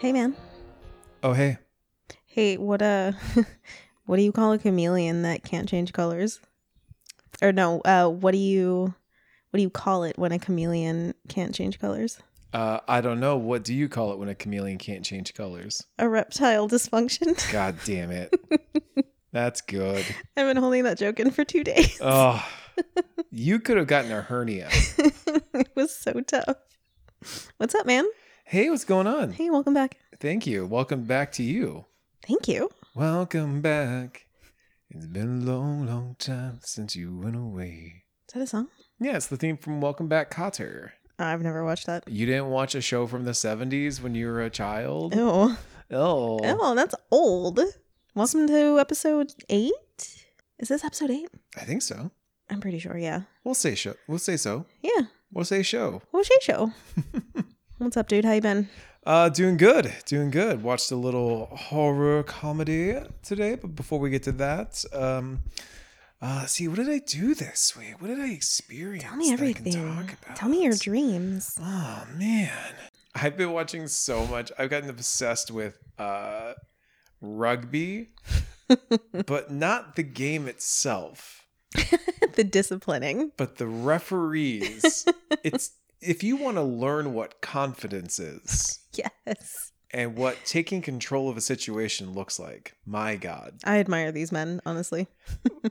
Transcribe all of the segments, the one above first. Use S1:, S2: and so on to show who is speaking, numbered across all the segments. S1: Hey man.
S2: Oh, hey.
S1: Hey, what uh what do you call a chameleon that can't change colors? Or no, uh what do you what do you call it when a chameleon can't change colors?
S2: Uh, I don't know. What do you call it when a chameleon can't change colors?
S1: A reptile dysfunction.
S2: God damn it. That's good.
S1: I've been holding that joke in for 2 days.
S2: Oh, you could have gotten a hernia.
S1: it was so tough. What's up, man?
S2: Hey, what's going on?
S1: Hey, welcome back.
S2: Thank you. Welcome back to you.
S1: Thank you.
S2: Welcome back. It's been a long, long time since you went away.
S1: Is that a song?
S2: Yeah, it's the theme from Welcome Back, Cotter.
S1: I've never watched that.
S2: You didn't watch a show from the 70s when you were a child?
S1: Oh.
S2: Oh.
S1: Oh, that's old. Welcome to episode 8. Is this episode 8?
S2: I think so.
S1: I'm pretty sure, yeah.
S2: We'll say show. We'll say so.
S1: Yeah.
S2: We'll say show.
S1: O'Shea Show. What's up, dude? How you been?
S2: Uh, doing good, doing good. Watched a little horror comedy today, but before we get to that, um, uh, let's see, what did I do this week? What did I experience?
S1: Tell me
S2: that I can
S1: everything.
S2: talk about?
S1: Tell me your dreams.
S2: Oh man, I've been watching so much. I've gotten obsessed with uh, rugby, but not the game itself.
S1: the disciplining.
S2: but the referees it's if you want to learn what confidence is
S1: Yes.
S2: and what taking control of a situation looks like my god
S1: I admire these men, honestly.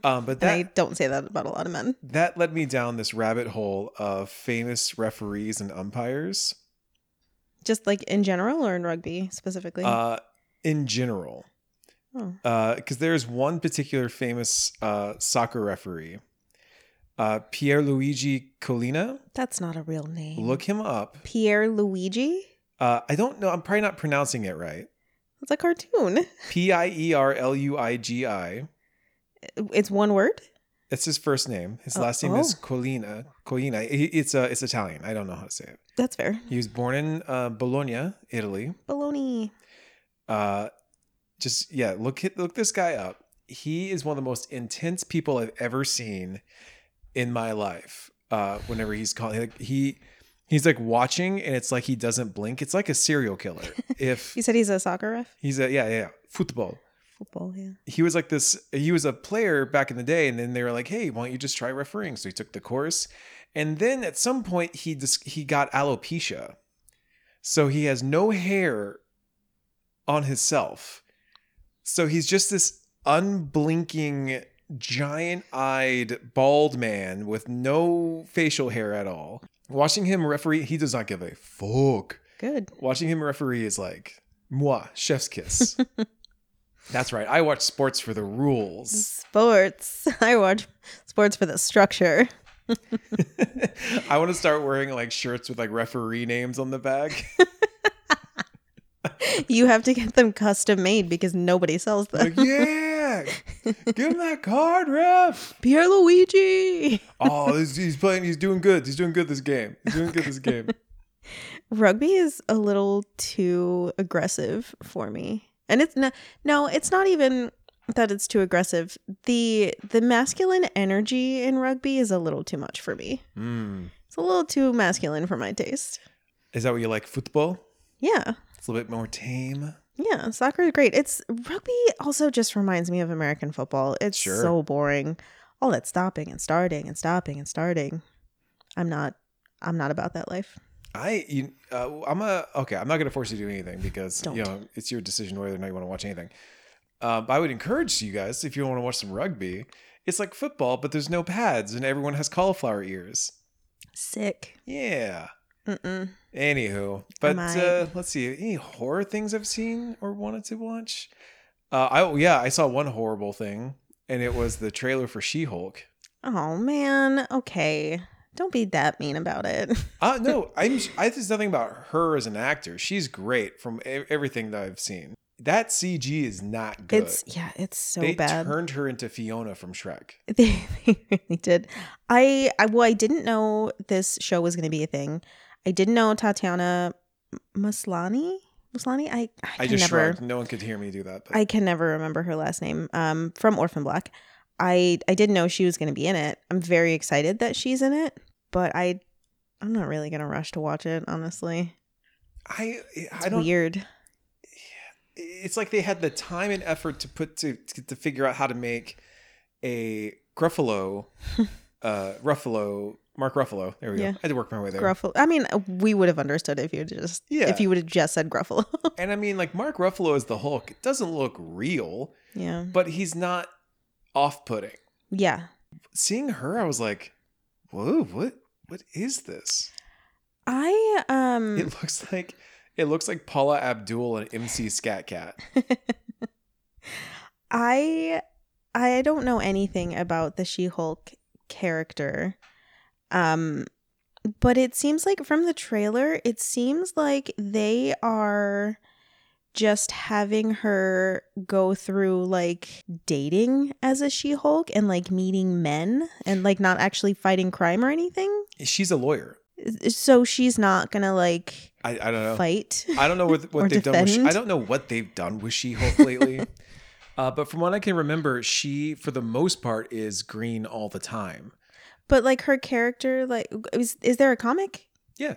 S2: um, but
S1: And I
S2: that
S1: don't say that about a lot of men.
S2: that led me down this rabbit hole of famous referees and umpires
S1: Just like in general or in rugby specifically?
S2: uh, in general
S1: oh.
S2: because there's one particular famous uh, soccer referee uh, pierluigi colina
S1: That's not a real name.
S2: look him up
S1: Pierre Luigi?
S2: uh, i don't know i'm probably not pronouncing it right
S1: It's a cartoon.
S2: P I E R L U I G I.
S1: It's one word?
S2: That's his first name. His
S1: Oh,
S2: last name is
S1: oh.
S2: Colina. Colina. He- It's uh, it's Italian. I don't know how to say it.
S1: That's fair.
S2: He was born in uh, Bologna, Italy.
S1: Baloney.
S2: Uh, just yeah, look hit- look this guy up. He is one of the most intense people I've ever seen in my life. Uh, whenever he's calling, like, he he's like watching, and it's like he doesn't blink. It's like a serial killer. If
S1: You said he's a soccer ref?
S2: he's a yeah yeah, yeah football.
S1: Football, yeah.
S2: he was like this he was a player back in the day and then they were like hey why don't you just try refereeing so he took the course and then at some point he just he got alopecia so he has no hair on himself so he's just this unblinking giant-eyed bald man with no facial hair at all watching him referee he does not give a fuck
S1: Good.
S2: watching him referee is like moi chef's kiss that's right i watch sports for the rules
S1: Sports. I watch sports for the structure.
S2: i want to start wearing like shirts with like referee names on the back
S1: You have to get them custom made because nobody sells them.
S2: like yeah give him that card ref
S1: Pierre Luigi.
S2: oh he's, he's playing he's doing good he's doing good this game he's doing good this game
S1: Rugby is a little too aggressive for me. And it's not no, it's not even that it's too aggressive. The the masculine energy in rugby is a little too much for me.
S2: Hmm.
S1: It's a little too masculine for my taste.
S2: is that what you like football
S1: Yeah.
S2: it's a little bit more tame
S1: Yeah, soccer is great. It's rugby also just reminds me of American football. It's
S2: Sure.
S1: so boring. All that stopping and starting and stopping and starting. I'm not I'm not about that life.
S2: I you, uh, I'm a okay. I'm not gonna force you to do anything because
S1: Don't.
S2: you know it's your decision whether or not you want to watch anything. Uh, but I would encourage you guys if you want to watch some rugby. It's like football, but there's no pads and everyone has cauliflower ears.
S1: Sick.
S2: Yeah.
S1: Mm-mm.
S2: Anywho, but
S1: might.
S2: uh, let's see. Any horror things I've seen or wanted to watch? Uh, I oh, yeah, I saw one horrible thing, and it was the trailer for She-Hulk.
S1: Oh man. Okay. Don't be that mean about it.
S2: Uh, no, I'm. I there's nothing about her as an actor. She's great from e- everything that I've seen. That CG is not good.
S1: It's yeah, it's so
S2: they
S1: bad.
S2: turned her into Fiona from Shrek.
S1: They, they really did. I, I well, I didn't know this show was going to be a thing. I didn't know Tatiana Maslani. Maslani. I I,
S2: I
S1: can
S2: just
S1: never.
S2: shrugged. No one could hear me do that. But
S1: I can never remember her last name. Um, from Orphan Black. I I didn't know she was going to be in it. I'm very excited that she's in it, but I I'm not really going to rush to watch it. Honestly,
S2: I,
S1: it's
S2: I don't.
S1: weird.
S2: it's like they had the time and effort to put to to, to figure out how to make a Gruffalo, uh, Ruffalo, Mark Ruffalo. There we
S1: Yeah.
S2: go. I had to work my way there.
S1: Gruffalo. I mean, uh, we would have understood if you had just
S2: Yeah.
S1: if you would have just said Gruffalo.
S2: and I mean, like Mark Ruffalo as the Hulk, it doesn't look real,
S1: yeah.
S2: but he's not off-putting.
S1: Yeah.
S2: Seeing her, I was like, whoa, what? What is this?
S1: I um
S2: It looks like it looks like Paula Abdul and MC Scat Cat.
S1: I I don't know anything about the She-Hulk character. Um but it seems like from the trailer, it seems like they are just having her go through like dating as a She-Hulk and like meeting men and like not actually fighting crime or anything.
S2: She's a lawyer.
S1: So she's not going to like
S2: I, I don't know.
S1: fight.
S2: I don't know what,
S1: Or
S2: what they've done. With she, I
S1: defend.
S2: don't know what they've done with She Hulk lately. uh, but from what I can remember, she for the most part is green all the time.
S1: But like her character, like is is there a comic?
S2: Yeah.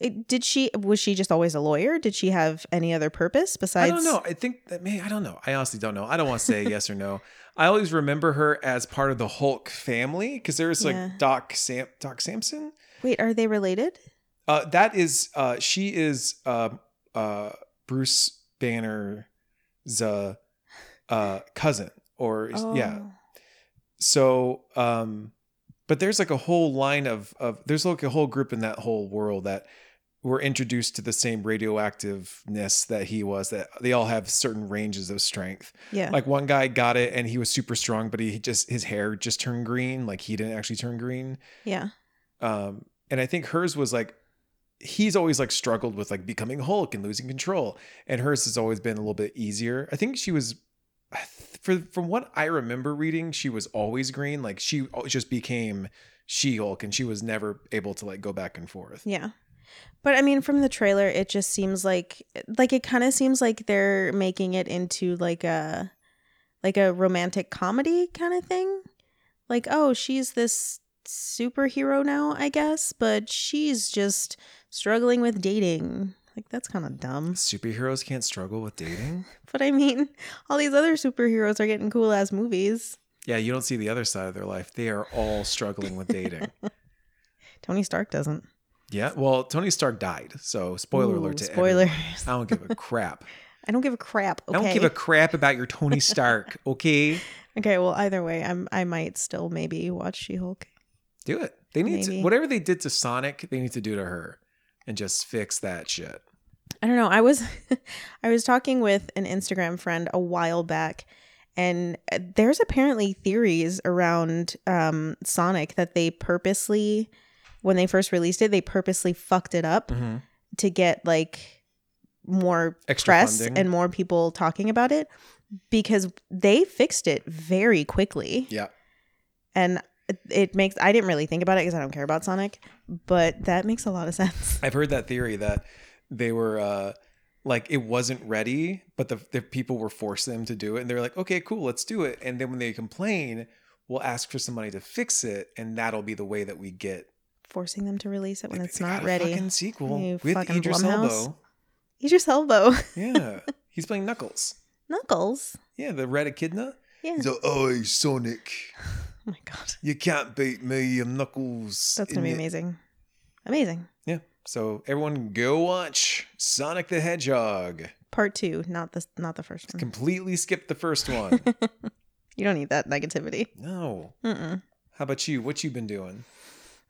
S1: It, did she was she just always a lawyer? Did she have any other purpose
S2: I
S1: besides?
S2: don't know. I think that may I don't know. I honestly don't know. I don't want to say yes or no. I always remember her as part of the Hulk family because there's like
S1: Yeah.
S2: Doc Sam Doc Sampson.
S1: Wait, are they related?
S2: Uh, that is uh, she is uh, uh, Bruce Banner's uh, uh, cousin or yeah
S1: Oh.
S2: so um but there's like a whole line of of there's like a whole group in that whole world that were introduced to the same radioactiveness that he was that they all have certain ranges of strength
S1: yeah.
S2: like one guy got it and he was super strong but he just his hair just turned green like he didn't actually turn green
S1: yeah.
S2: um and i think hers was like he's always like struggled with like becoming hulk and losing control and hers has always been a little bit easier i think she was I th- for from what i remember reading she was always green like she al- just became she hulk and she was never able to like go back and forth
S1: Yeah. But I mean from the trailer it just seems like like it kind of seems like they're making it into like a like a romantic comedy kind of thing. Like oh, she's this superhero now, I guess, but she's just struggling with dating. Like that's kind of dumb.
S2: superheroes can't struggle with dating
S1: But I mean, all these other superheroes are getting cool ass movies.
S2: yeah you don't see the other side of their life they are all struggling with dating
S1: Tony Stark doesn't.
S2: yeah well tony stark died so spoiler
S1: Ooh,
S2: alert to everyone.
S1: Spoilers.
S2: i don't give a crap
S1: I don't give a crap. Okay.
S2: I don't give a crap about your Tony Stark. okay,
S1: Okay, well, either way, I'm I might still maybe watch She-Hulk.
S2: do it. They need to,
S1: Maybe.
S2: whatever they did to Sonic, they need to do to her, and just fix that shit.
S1: I don't know. I was I was talking with an Instagram friend a while back and uh, there's apparently theories around um Sonic that they purposely when they first released it, they purposely fucked it up
S2: Mm-hmm.
S1: to get like more
S2: Extra
S1: press
S2: funding.
S1: and more people talking about it because they fixed it very quickly.
S2: Yeah.
S1: And it makes I didn't really think about it because I don't care about Sonic, but that makes a lot of sense.
S2: I've heard that theory that they were uh, like it wasn't ready, but the, the people were forced them to do it, and they're like, okay, cool, let's do it. And then when they complain, we'll ask for some money to fix it, and that'll be the way that we get
S1: Forcing them to release it when
S2: They-
S1: it's
S2: they got
S1: not
S2: a
S1: ready.
S2: Fucking sequel
S1: You
S2: with
S1: fucking
S2: Idris
S1: Blumhouse.
S2: Elba.
S1: Idris Elba.
S2: Yeah, he's playing Knuckles.
S1: Knuckles.
S2: Yeah, the red echidna.
S1: Yeah.
S2: He's like, oh, Sonic.
S1: oh my god.
S2: You can't beat me, I'm Knuckles.
S1: That's gonna be
S2: in it.
S1: amazing. Amazing.
S2: Yeah. So everyone go watch Sonic the Hedgehog.
S1: Part two, not the not the first one.
S2: Completely skip the first one.
S1: You don't need that negativity.
S2: no.
S1: Mm-mm.
S2: How about you? What you been doing?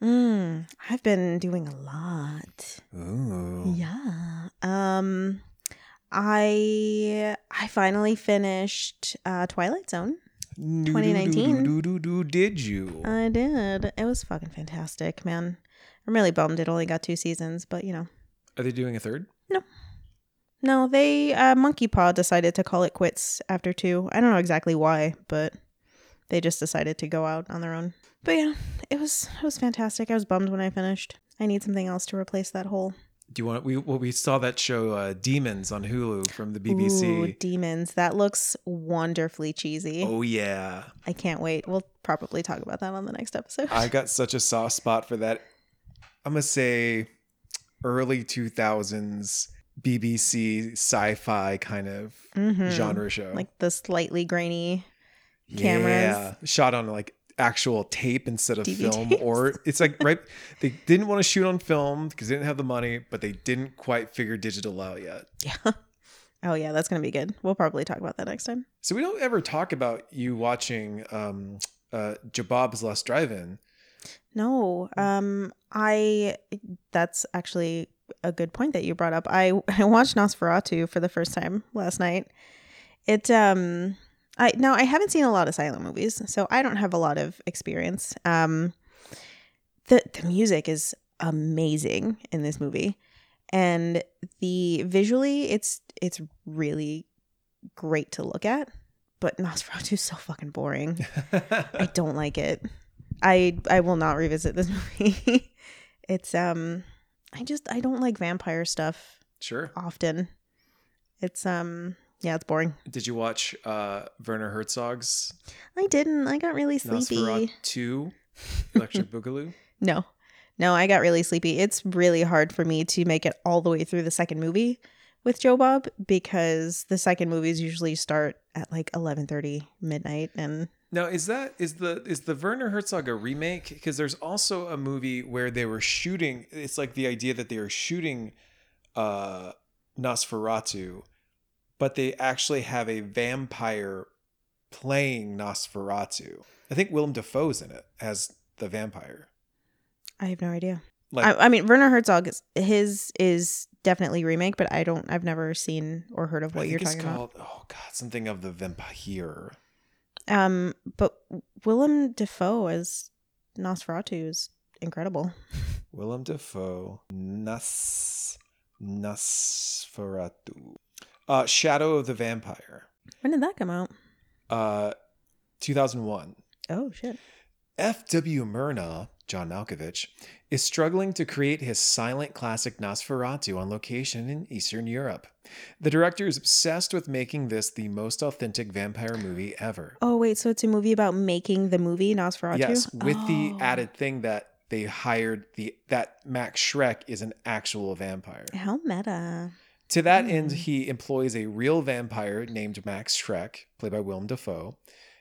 S1: Mm, I've been doing a lot.
S2: Ooh.
S1: Yeah. Um I I finally finished uh Twilight Zone. 2019.
S2: Did you?
S1: I did. It was fucking fantastic, man. I'm really bummed it only got two seasons, but you know.
S2: Are they doing a third?
S1: No, they uh Monkey Paw decided to call it quits after two. I don't know exactly why, but they just decided to go out on their own. But yeah, it was it was fantastic. I was bummed when I finished. I need something else to replace that hole.
S2: Do you want we well we saw that show uh, Demons on Hulu from the BBC.
S1: Ooh, demons. That looks wonderfully cheesy.
S2: oh yeah.
S1: I can't wait. We'll probably talk about that on the next episode.
S2: I got such a soft spot for that. I'm gonna say early 2000s BBC sci-fi kind of
S1: Mhm.
S2: genre show.
S1: Like the slightly grainy. cameras.
S2: shot on like actual tape instead of
S1: DVDs.
S2: film or it's like right they didn't want to shoot on film because they didn't have the money but they didn't quite figure digital out yet
S1: Yeah. Oh yeah, that's gonna be good. We'll probably talk about that next time.
S2: so we don't ever talk about you watching um uh jabob's last drive-in
S1: No, um, I that's actually a good point that you brought up. I I watched Nosferatu for the first time last night. It um I now I haven't seen a lot of silent movies, so I don't have a lot of experience. Um, the the music is amazing in this movie, and the visually it's it's really great to look at. But Nosferatu is so fucking boring. I don't like it. I I will not revisit this movie. it's um I just I don't like vampire stuff
S2: sure
S1: often. It's um yeah, it's boring.
S2: did you watch uh werner herzog's
S1: I didn't. I got really sleepy.
S2: nosferatu electric boogaloo
S1: No. No, I got really sleepy. It's really hard for me to make it all the way through the second movie with Joe Bob because the second movies usually start at like 11:30 midnight and
S2: Now is that is the is the Werner Herzog a remake? Because there's also a movie where they were shooting. It's like the idea that they were shooting uh, Nosferatu, but they actually have a vampire playing Nosferatu. I think Willem Dafoe's in it as the vampire.
S1: I have no idea.
S2: Like
S1: I, I mean, Werner Herzog, is- his is definitely remake, but I don't, I've never seen or heard of
S2: I
S1: what
S2: think
S1: you're
S2: it's
S1: talking about.
S2: called, Oh God, something of the vampire.
S1: Um, but Willem Dafoe as Nosferatu is incredible.
S2: Willem Dafoe, Nas Nosferatu, uh, Shadow of the Vampire.
S1: When did that come out?
S2: Uh, 2001.
S1: Oh shit!
S2: F.W. Murnau, John Malkovich, is struggling to create his silent classic Nosferatu on location in Eastern Europe. The director is obsessed with making this the most authentic vampire movie ever.
S1: Oh wait, so it's a movie about making the movie Nosferatu.
S2: Yes, with
S1: Oh.
S2: the added thing that they hired the that Max Schreck is an actual vampire.
S1: How meta.
S2: To that
S1: Hmm.
S2: end, he employs a real vampire named Max Schreck, played by Willem Dafoe,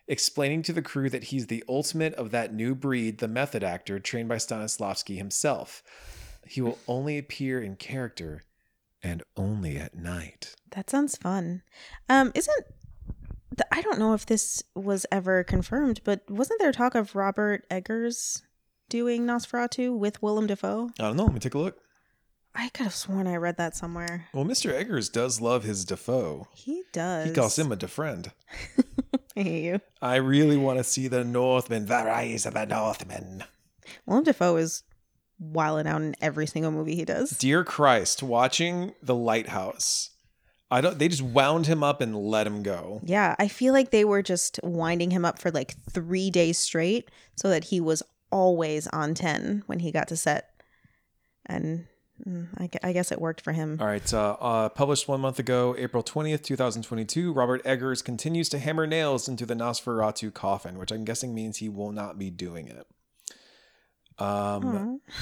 S2: explaining to the crew that he's the ultimate of that new breed, the method actor trained by Stanislavski himself. He will only appear in character and only at night.
S1: That sounds fun. Um, isn't th- I don't know if this was ever confirmed, but wasn't there talk of Robert Eggers doing Nosferatu with Willem Dafoe?
S2: I don't know. Let me take a look.
S1: I could have sworn I read that somewhere.
S2: Well, Mr. Eggers does love his Dafoe.
S1: He does.
S2: He calls him a defriend.
S1: I hate you.
S2: I really want to see the Northmen, the rise of the Northmen.
S1: Willem Dafoe is wilding out in every single movie he does.
S2: dear christ watching the lighthouse i don't they just wound him up and let him go
S1: Yeah, I feel like they were just winding him up for like three days straight so that he was always on 10 when he got to set. And mm, I, gu- I guess it worked for him.
S2: all right uh, uh, published one month ago april 20th 2022 robert eggers continues to hammer nails into the nosferatu coffin which i'm guessing means he will not be doing it um
S1: Aw.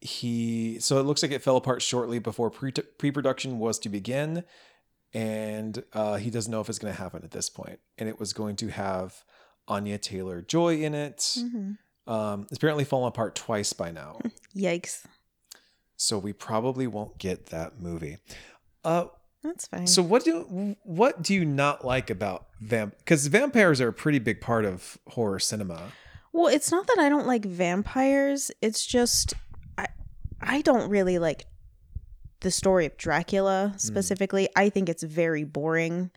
S2: he so it looks like it fell apart shortly before pre- pre-production was to begin and uh, he doesn't know if it's going to happen at this point and it was going to have anya taylor joy in it
S1: Mhm.
S2: Um, it's apparently fallen apart twice by now,
S1: Yikes.
S2: so we probably won't get that movie. Uh,
S1: That's fine.
S2: so what do what do you not like about vamp? Because vampires are a pretty big part of horror cinema.
S1: Well, it's not that I don't like vampires. It's just I I don't really like the story of Dracula specifically. I think it's very boring.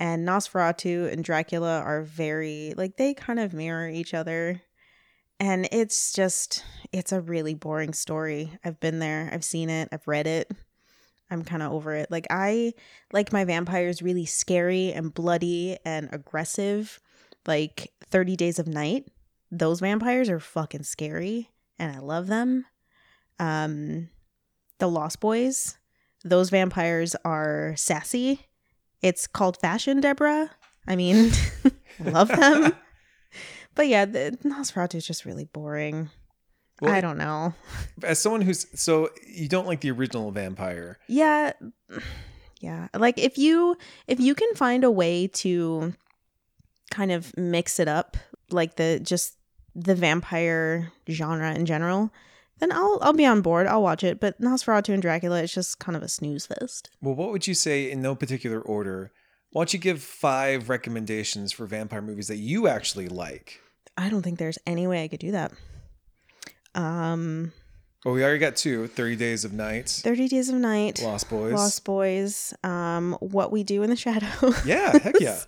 S1: And Nosferatu and Dracula are very like they kind of mirror each other. And it's just it's a really boring story. I've been there. I've seen it. I've read it. I'm kind of over it. Like I like my vampires really scary and bloody and aggressive. Like 30 Days of Night those vampires are fucking scary and I love them. Um the Lost Boys, those vampires are sassy. It's called fashion, Deborah. I mean, love them. but yeah, the Nosferatu is just really boring.
S2: Well,
S1: I don't know.
S2: As someone who's so you don't like the original vampire.
S1: Yeah. Yeah. Like if you if you can find a way to kind of mix it up, like the just the vampire genre in general, then I'll I'll be on board. I'll watch it. But Nosferatu and Dracula, it's just kind of a snooze fest.
S2: Well, what would you say in no particular order? Why don't you give five recommendations for vampire movies that you actually like?
S1: I don't think there's any way I could do that. Um
S2: Well, Oh, we already got two 30 Days of Night,
S1: 30 Days of Night,
S2: Lost Boys.
S1: Lost Boys, um, What We Do in the Shadows.
S2: Yeah, heck yeah.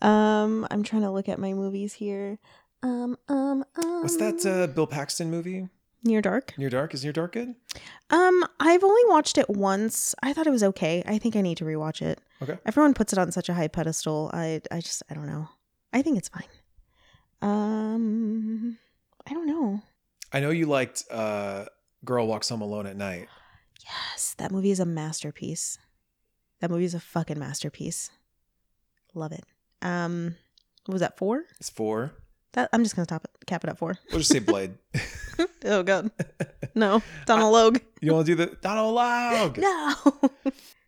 S1: Um, I'm trying to look at my movies here. Um, um, um.
S2: What's that uh, Bill Paxton movie?
S1: Near Dark.
S2: Near Dark? Is Near Dark good?
S1: Um, I've only watched it once. I thought it was okay. I think I need to rewatch it.
S2: Okay.
S1: Everyone puts it on such a high pedestal. I, I just, I don't know. I think it's fine. Um, I don't know.
S2: I know you liked uh, Girl Walks Home Alone at Night.
S1: Yes, that movie is a masterpiece. That movie is a fucking masterpiece. Love it. Um, what was that four?
S2: It's four.
S1: That I'm just gonna top it, cap it at four.
S2: We'll just say Blade.
S1: Oh god, no, Donald Logue.
S2: you want to do the Donald Logue?
S1: No.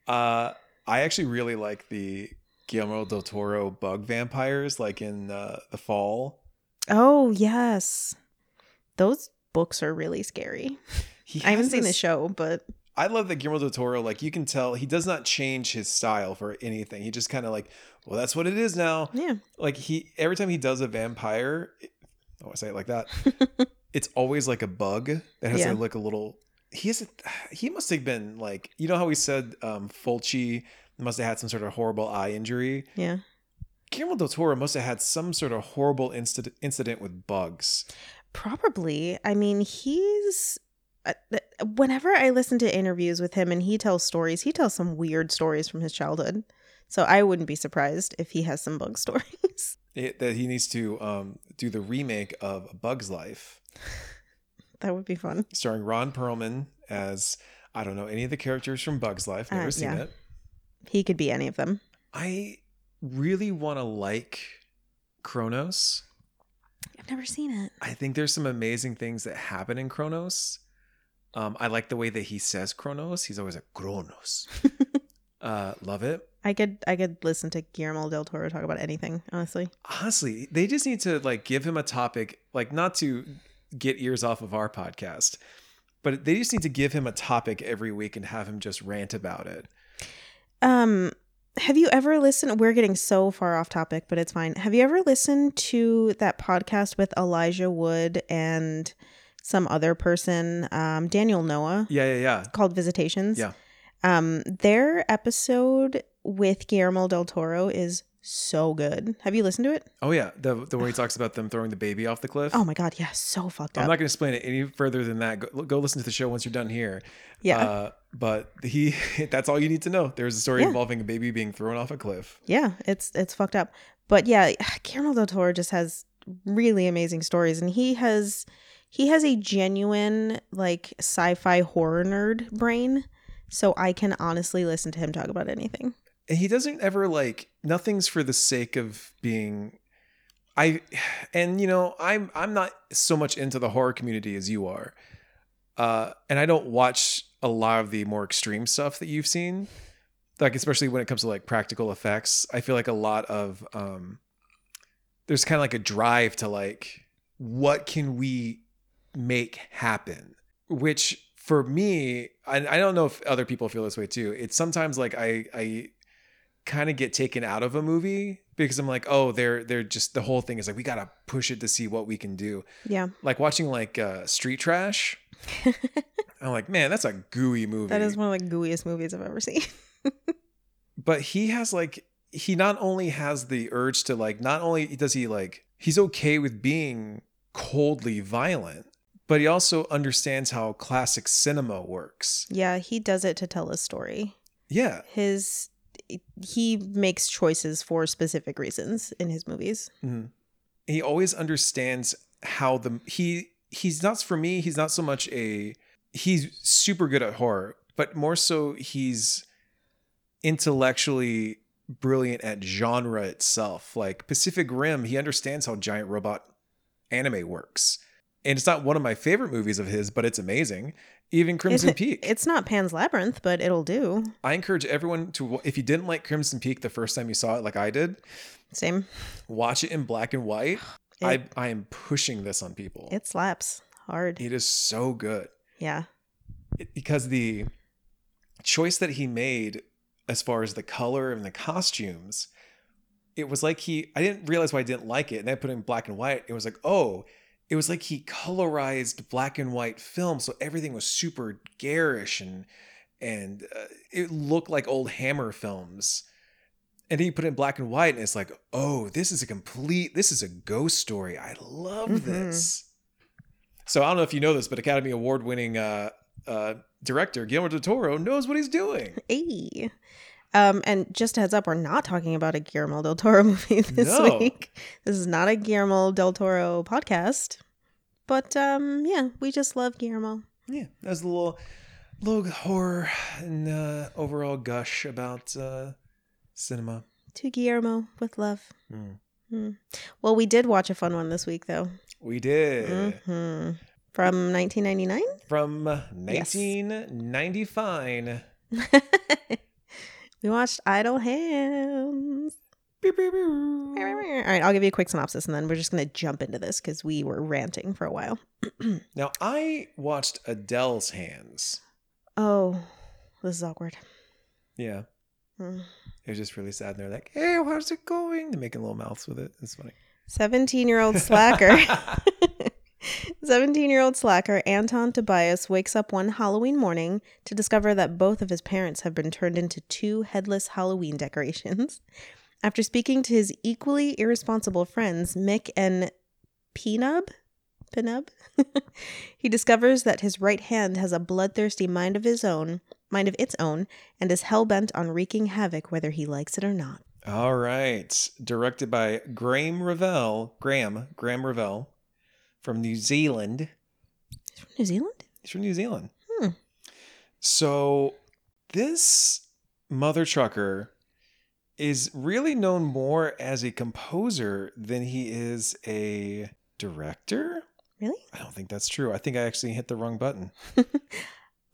S2: Uh, I actually really like the Guillermo del Toro bug vampires, like in uh, The Fall.
S1: Oh yes, those books are really scary.
S2: He
S1: I haven't
S2: has
S1: seen the
S2: this-
S1: show, but
S2: I love that Guillermo del Toro, like you can tell, he does not change his style for anything. He just kind of like, well, that's what it is now.
S1: yeah,
S2: Like he, every time he does a vampire, I want to say it like that. it's always like a bug that has
S1: Yeah.
S2: to like a little. He has. A, he must have been like, you know how we said um, Fulci must have had some sort of horrible eye injury.
S1: yeah.
S2: Guillermo del Toro must have had some sort of horrible incident incident with bugs.
S1: Probably. I mean, he's. uh, th- Whenever I listen to interviews with him and he tells stories, he tells some weird stories from his childhood. So I wouldn't be surprised if he has some bug stories.
S2: It, that he needs to um, do the remake of A Bug's Life.
S1: that would be fun.
S2: starring Ron Perlman as I don't know any of the characters from Bugs Life. Never
S1: Uh,
S2: seen
S1: yeah.
S2: it.
S1: He could be any of them.
S2: I really want to like Kronos.
S1: I've never seen it.
S2: I think there's some amazing things that happen in Kronos. Um, I like the way that he says Kronos. He's always like Kronos. uh, love it.
S1: I could I could listen to Guillermo del Toro talk about anything, honestly.
S2: Honestly, they just need to like give him a topic, like not to get ears off of our podcast, but they just need to give him a topic every week and have him just rant about it.
S1: Um have you ever listened we're getting so far off topic, but it's fine. Have you ever listened to that podcast with Elijah Wood and some other person, um, Daniel Noah?
S2: Yeah, yeah, yeah.
S1: called Visitations.
S2: Yeah.
S1: Um, their episode with Guillermo del Toro is so good. Have you listened to it?
S2: Oh yeah, the the where he talks about them throwing the baby off the cliff.
S1: Oh my god, yeah, so fucked
S2: I'm
S1: up.
S2: not going to explain it any further than that. Go, go listen to the show once you're done here.
S1: yeah.
S2: Uh, but he that's all you need to know. There's a story
S1: Yeah.
S2: involving a baby being thrown off a cliff.
S1: yeah, it's it's fucked up. But yeah, Guillermo del Toro just has really amazing stories and he has he has a genuine like sci-fi horror nerd brain. So I can honestly listen to him talk about anything.
S2: And he doesn't ever like nothing's for the sake of being I and you know, I'm I'm not so much into the horror community as you are. Uh and I don't watch a lot of the more extreme stuff that you've seen. Like especially when it comes to like practical effects, I feel like a lot of um there's kind of like a drive to like what can we make happen which for me I, I don't know if other people feel this way too it's sometimes like i i kind of get taken out of a movie because i'm like oh they're they're just the whole thing is like we gotta push it to see what we can do
S1: Yeah.
S2: like watching like uh street trash i'm like man that's a gooey movie
S1: That is one of the gooeyest movies I've ever seen.
S2: but he has like he not only has the urge to like not only does he like he's okay with being coldly violent but he also understands how classic cinema works
S1: yeah, he does it to tell a story.
S2: yeah
S1: his he makes choices for specific reasons in his movies.
S2: Mhm. he always understands how the he he's not for me he's not so much a he's super good at horror but more so he's intellectually brilliant at genre itself like pacific rim he understands how giant robot anime works and it's not one of my favorite movies of his, but it's amazing. Even Crimson
S1: It-
S2: Peak.
S1: It's not Pan's Labyrinth, but it'll do.
S2: I encourage everyone to, if you didn't like Crimson Peak the first time you saw it, like I did,
S1: Same.
S2: watch it in black and white.
S1: It,
S2: I, I am pushing this on people.
S1: it slaps hard.
S2: it is so good
S1: Yeah.
S2: It- because the choice that he made as far as the color and the costumes, it was like he, I didn't realize why I didn't like it. And I put it in black and white. It was like, oh, it was like he colorized black and white film. So everything was super garish and, and uh, it looked like old Hammer films. And then you put it in black and white, and it's like, oh, this is a complete, this is a ghost story. I love
S1: Mhm.
S2: this. So I don't know if you know this, but Academy Award winning uh, uh, director Guillermo del Toro knows what he's doing.
S1: Ayy. Um, and just a heads up, we're not talking about a Guillermo del Toro movie this
S2: No.
S1: week. This is not a Guillermo del Toro podcast. But um, yeah, we just love Guillermo.
S2: Yeah, that was a little, little horror and uh, overall gush about uh, cinema.
S1: To Guillermo with love.
S2: Hmm.
S1: Well, we did watch a fun one this week, though.
S2: We did
S1: Mhm. From 1999?
S2: from
S1: Yes.
S2: 1995.
S1: we watched Idle Hands.
S2: Beep, beep, beep.
S1: All right, I'll give you a quick synopsis and then we're just going to jump into this because we were ranting for a while.
S2: Now I watched Adele's Hands.
S1: Oh, this is awkward.
S2: Yeah,
S1: Mm.
S2: it was just really sad. They're like, "Hey, how's it going?" They're making little mouths with it. It's funny.
S1: 17 year old slacker. 17 year old slacker Anton Tobias wakes up one Halloween morning to discover that both of his parents have been turned into two headless Halloween decorations. After speaking to his equally irresponsible friends, Mick and Penub, Penub, he discovers that his right hand has a bloodthirsty mind of his own, mind of its own, and is hell bent on wreaking havoc whether he likes it or not.
S2: All right, directed by Graham Revell. Graham Graham Revell from New Zealand.
S1: He's from New Zealand?
S2: He's from New Zealand.
S1: Hmm.
S2: So this mother trucker is really known more as a composer than he is a director.
S1: Really?
S2: I don't think that's true. I think I actually hit the wrong button.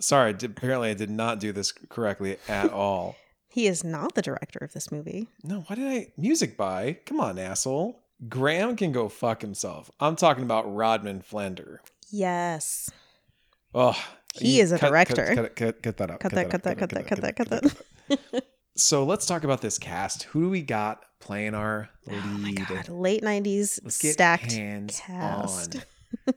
S2: Sorry, d- apparently I did not do this correctly at all.
S1: He is not the director of this movie.
S2: No, why did I music by? Come on, asshole. Graham can go fuck himself. I'm talking about Rodman Flander.
S1: Yes.
S2: Oh,
S1: He is a director.
S2: Cut, cut, cut, cut that out.
S1: Cut that, cut that, cut that, cut that, cut that.
S2: So let's talk about this cast. Who do we got playing our lead?
S1: Oh my god, late 90s
S2: Let's get
S1: stacked
S2: hands
S1: cast.
S2: on.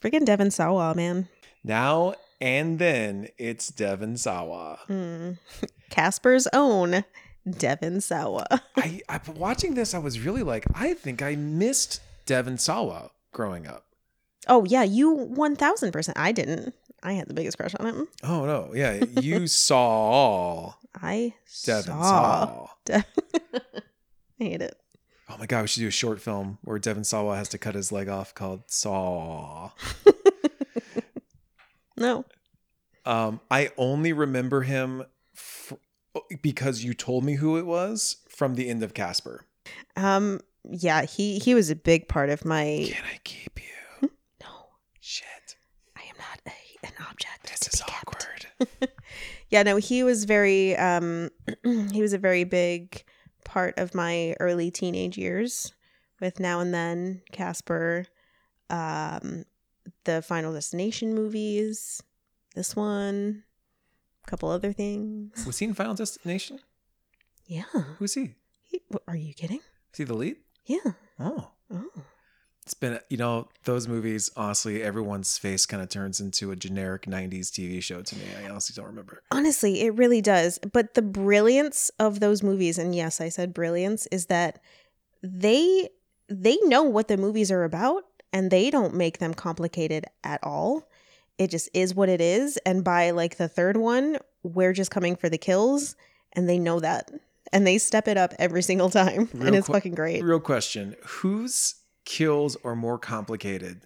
S1: Freaking Devin Sawa, man.
S2: Now and then it's Devin Sawa.
S1: Mm. Casper's own Devin Sawa.
S2: I, I watching this, I was really like, I think I missed Devin Sawa growing up.
S1: Oh yeah, you 1000%. I didn't. I had the biggest crush on him.
S2: Oh no, yeah, you saw
S1: I
S2: Devin
S1: saw.
S2: Sawa.
S1: I hate it.
S2: Oh my god, we should do a short film where Devin Sawa has to cut his leg off called Saw.
S1: No.
S2: Um, I only remember him f- because you told me who it was from the end of Casper.
S1: Um yeah, he he was a big part of my
S2: Can I keep you?
S1: No,
S2: Shit,
S1: I am not a, an object.
S2: this
S1: to
S2: is
S1: be kept.
S2: awkward.
S1: yeah no he was very um he was a very big part of my early teenage years with now and then casper um the final destination movies this one a couple other things
S2: Was he in Final Destination?
S1: yeah
S2: Who's he?
S1: he, wh- are you kidding
S2: Is he the lead?
S1: yeah
S2: Oh.
S1: oh
S2: It's been, you know, those movies, honestly, everyone's face kind of turns into a generic 90s TV show to me. I honestly don't remember.
S1: Honestly, it really does. But the brilliance of those movies, and yes, I said brilliance, is that they they know what the movies are about and they don't make them complicated at all. It just is what it is. And by like the third one, we're just coming for the kills, and they know that. And they step it up every single time.
S2: Real
S1: and it's
S2: que-
S1: fucking great.
S2: Real question Whose kills are more complicated?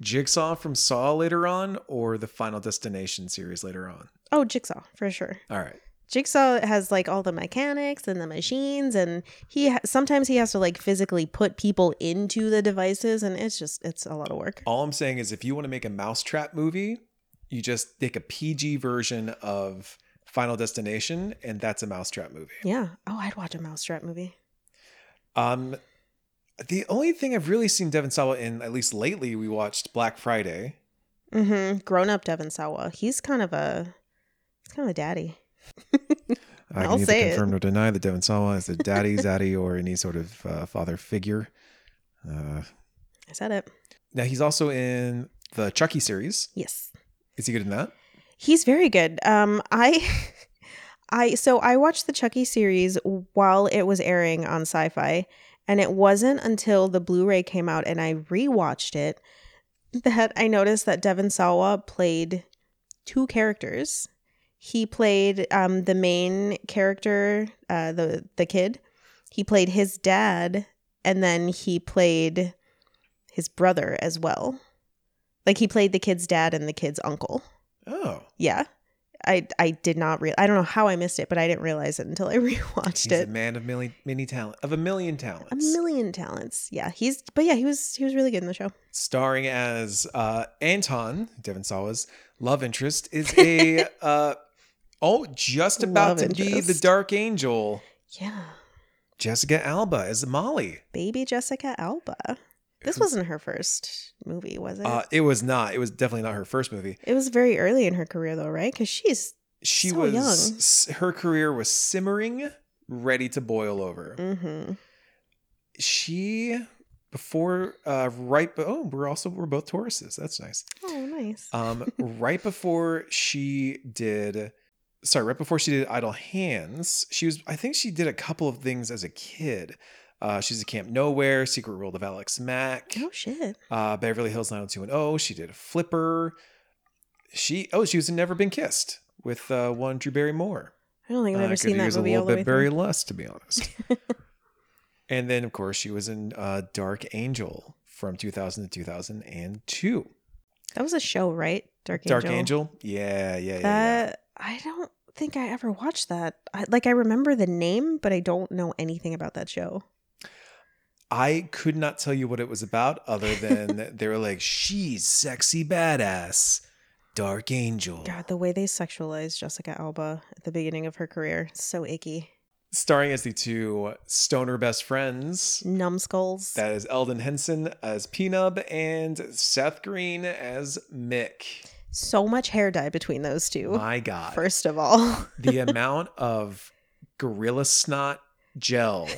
S2: Jigsaw from Saw later on or the Final Destination series later on?
S1: oh, Jigsaw, for sure.
S2: All right.
S1: Jigsaw has like all the mechanics and the machines, and he ha- sometimes he has to like physically put people into the devices, and it's just it's a lot of work.
S2: All I'm saying is if you want to make a mousetrap movie, you just take a PG version of Final Destination, and that's a mousetrap movie.
S1: Yeah. Oh, I'd watch a mousetrap movie.
S2: Um, the only thing I've really seen Devin Sawa in, at least lately, we watched Black Friday.
S1: Mm-hmm. Grown up Devon Sawa. He's kind of a he's kind of a daddy.
S2: I
S1: I'll
S2: can
S1: say
S2: either
S1: it.
S2: confirm or deny that Devin Sawa is a daddy, zaddy, or any sort of uh, father figure. Uh,
S1: I said it.
S2: now he's also in the Chucky series.
S1: Yes.
S2: Is he good in that?
S1: He's very good. Um, I, I so I watched the Chucky series while it was airing on Sci-Fi, and it wasn't until the Blu-ray came out and I rewatched it that I noticed that Devon Sawa played two characters. He played um, the main character, uh, the the kid. He played his dad, and then he played his brother as well. Like he played the kid's dad and the kid's uncle.
S2: Oh,
S1: Yeah. I I did not real I don't know how I missed it, but I didn't realize it until I rewatched
S2: he's a
S1: it.
S2: man of many, many talent of a million talents.
S1: A million talents. Yeah. He's but yeah, he was he was really good in the show.
S2: starring as uh, Anton Devin Sawa's love interest is a uh, oh just about
S1: Love
S2: to be the
S1: interest.
S2: Dark Angel.
S1: Yeah.
S2: Jessica Alba as Molly.
S1: Baby Jessica Alba. This wasn't her first movie, was it?
S2: Uh, it was not. It was definitely not her first movie.
S1: it was very early in her career though, right? Cuz she's
S2: She
S1: So
S2: was
S1: young.
S2: s- her career was simmering, ready to boil over.
S1: mhm.
S2: She before uh, right. But oh, we're also we're both Tauruses. That's nice.
S1: Oh, nice.
S2: Um, right before she did, sorry, right before she did Idle Hands, she was. I think she did a couple of things as a kid. Uh, she's a Camp Nowhere, Secret World of Alex Mack,
S1: oh shit.
S2: uh, Beverly Hills 90210. oh, She did Flipper. She oh, she was in Never Been Kissed with uh, one Drew Barrymore.
S1: I don't think I've
S2: Uh,
S1: ever
S2: could
S1: seen that
S2: use
S1: movie
S2: a
S1: all
S2: little
S1: the way
S2: bit
S1: through.
S2: Barry Lust, to be honest. and then, of course, she was in uh, Dark Angel from 2000 to 2002.
S1: That was a show, right? Dark Angel.
S2: Dark Angel, yeah, yeah, yeah. yeah.
S1: That I don't think I ever watched that. I, like I remember the name, but I don't know anything about that show.
S2: I could not tell you what it was about other than they were like, she's sexy badass, dark angel.
S1: God, the way they sexualized Jessica Alba at the beginning of her career, it's so icky.
S2: Starring as the two stoner best friends.
S1: Numbskulls.
S2: That is Eldon Henson as Peanut and Seth Green as Mick.
S1: so much hair dye between those two.
S2: My God.
S1: First of all,
S2: The amount of gorilla snot gel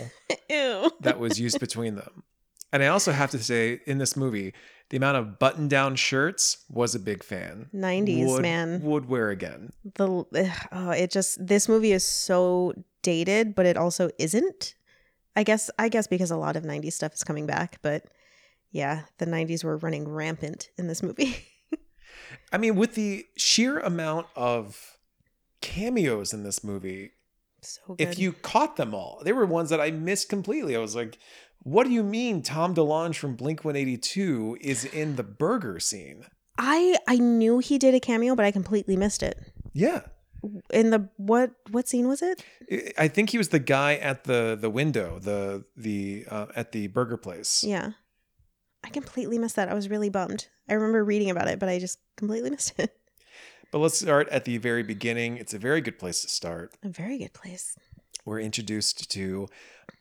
S1: ew.
S2: that was used between them. And I also have to say, in this movie, the amount of button down shirts was a big fan.
S1: 90s,
S2: Would-
S1: man.
S2: Would wear again.
S1: The ugh, oh, it just this movie is so dated, but it also isn't. I guess I guess because a lot of 90s stuff is coming back, but yeah, the 90s were running rampant in this movie.
S2: I mean, with the sheer amount of cameos in this movie,
S1: so good.
S2: if you caught them all, there were ones that I missed completely. I was like, what do you mean Tom DeLonge from Blink 182 is in the burger scene?
S1: I I knew he did a cameo, but I completely missed it.
S2: Yeah.
S1: In the what what scene was it?
S2: I- I think he was the guy at the the window, the the uh, at the burger place.
S1: Yeah. I completely missed that. I was really bummed. I remember reading about it, but I just completely missed it.
S2: But let's start at the very beginning. It's a very good place to start.
S1: A very good place.
S2: We're introduced to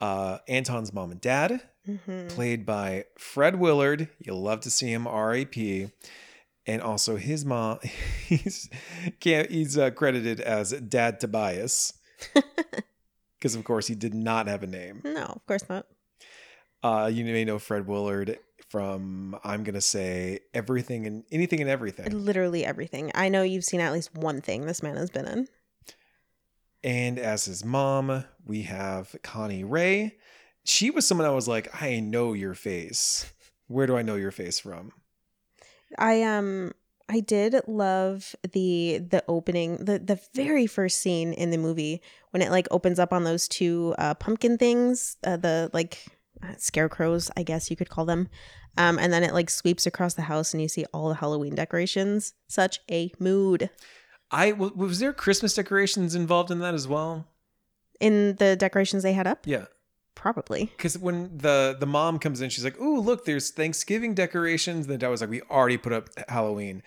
S2: uh, Anton's mom and dad,
S1: hmm
S2: played by Fred Willard. You'll love to see him R.A.P. And also his mom, he's can't, he's uh, credited as Dad Tobias because of course he did not have a name.
S1: No, of course not.
S2: Uh, you may know Fred Willard from I'm gonna say everything and anything and everything,
S1: Literally everything. I know you've seen at least one thing this man has been in.
S2: and as his mom we have Connie Ray. She was someone I was like, I know your face. Where do I know your face from?
S1: I um I did love the the opening the the very first scene in the movie when it like opens up on those two uh, pumpkin things uh, the like uh, scarecrows I guess you could call them um and then it like sweeps across the house and you see all the Halloween decorations such a mood
S2: I wa- was there Christmas decorations involved in that as well?
S1: in the decorations they had up?
S2: Yeah,
S1: Probably.
S2: because when the the mom comes in, she's like, "Ooh, look, there's Thanksgiving decorations." And the dad was like, "We already put up Halloween."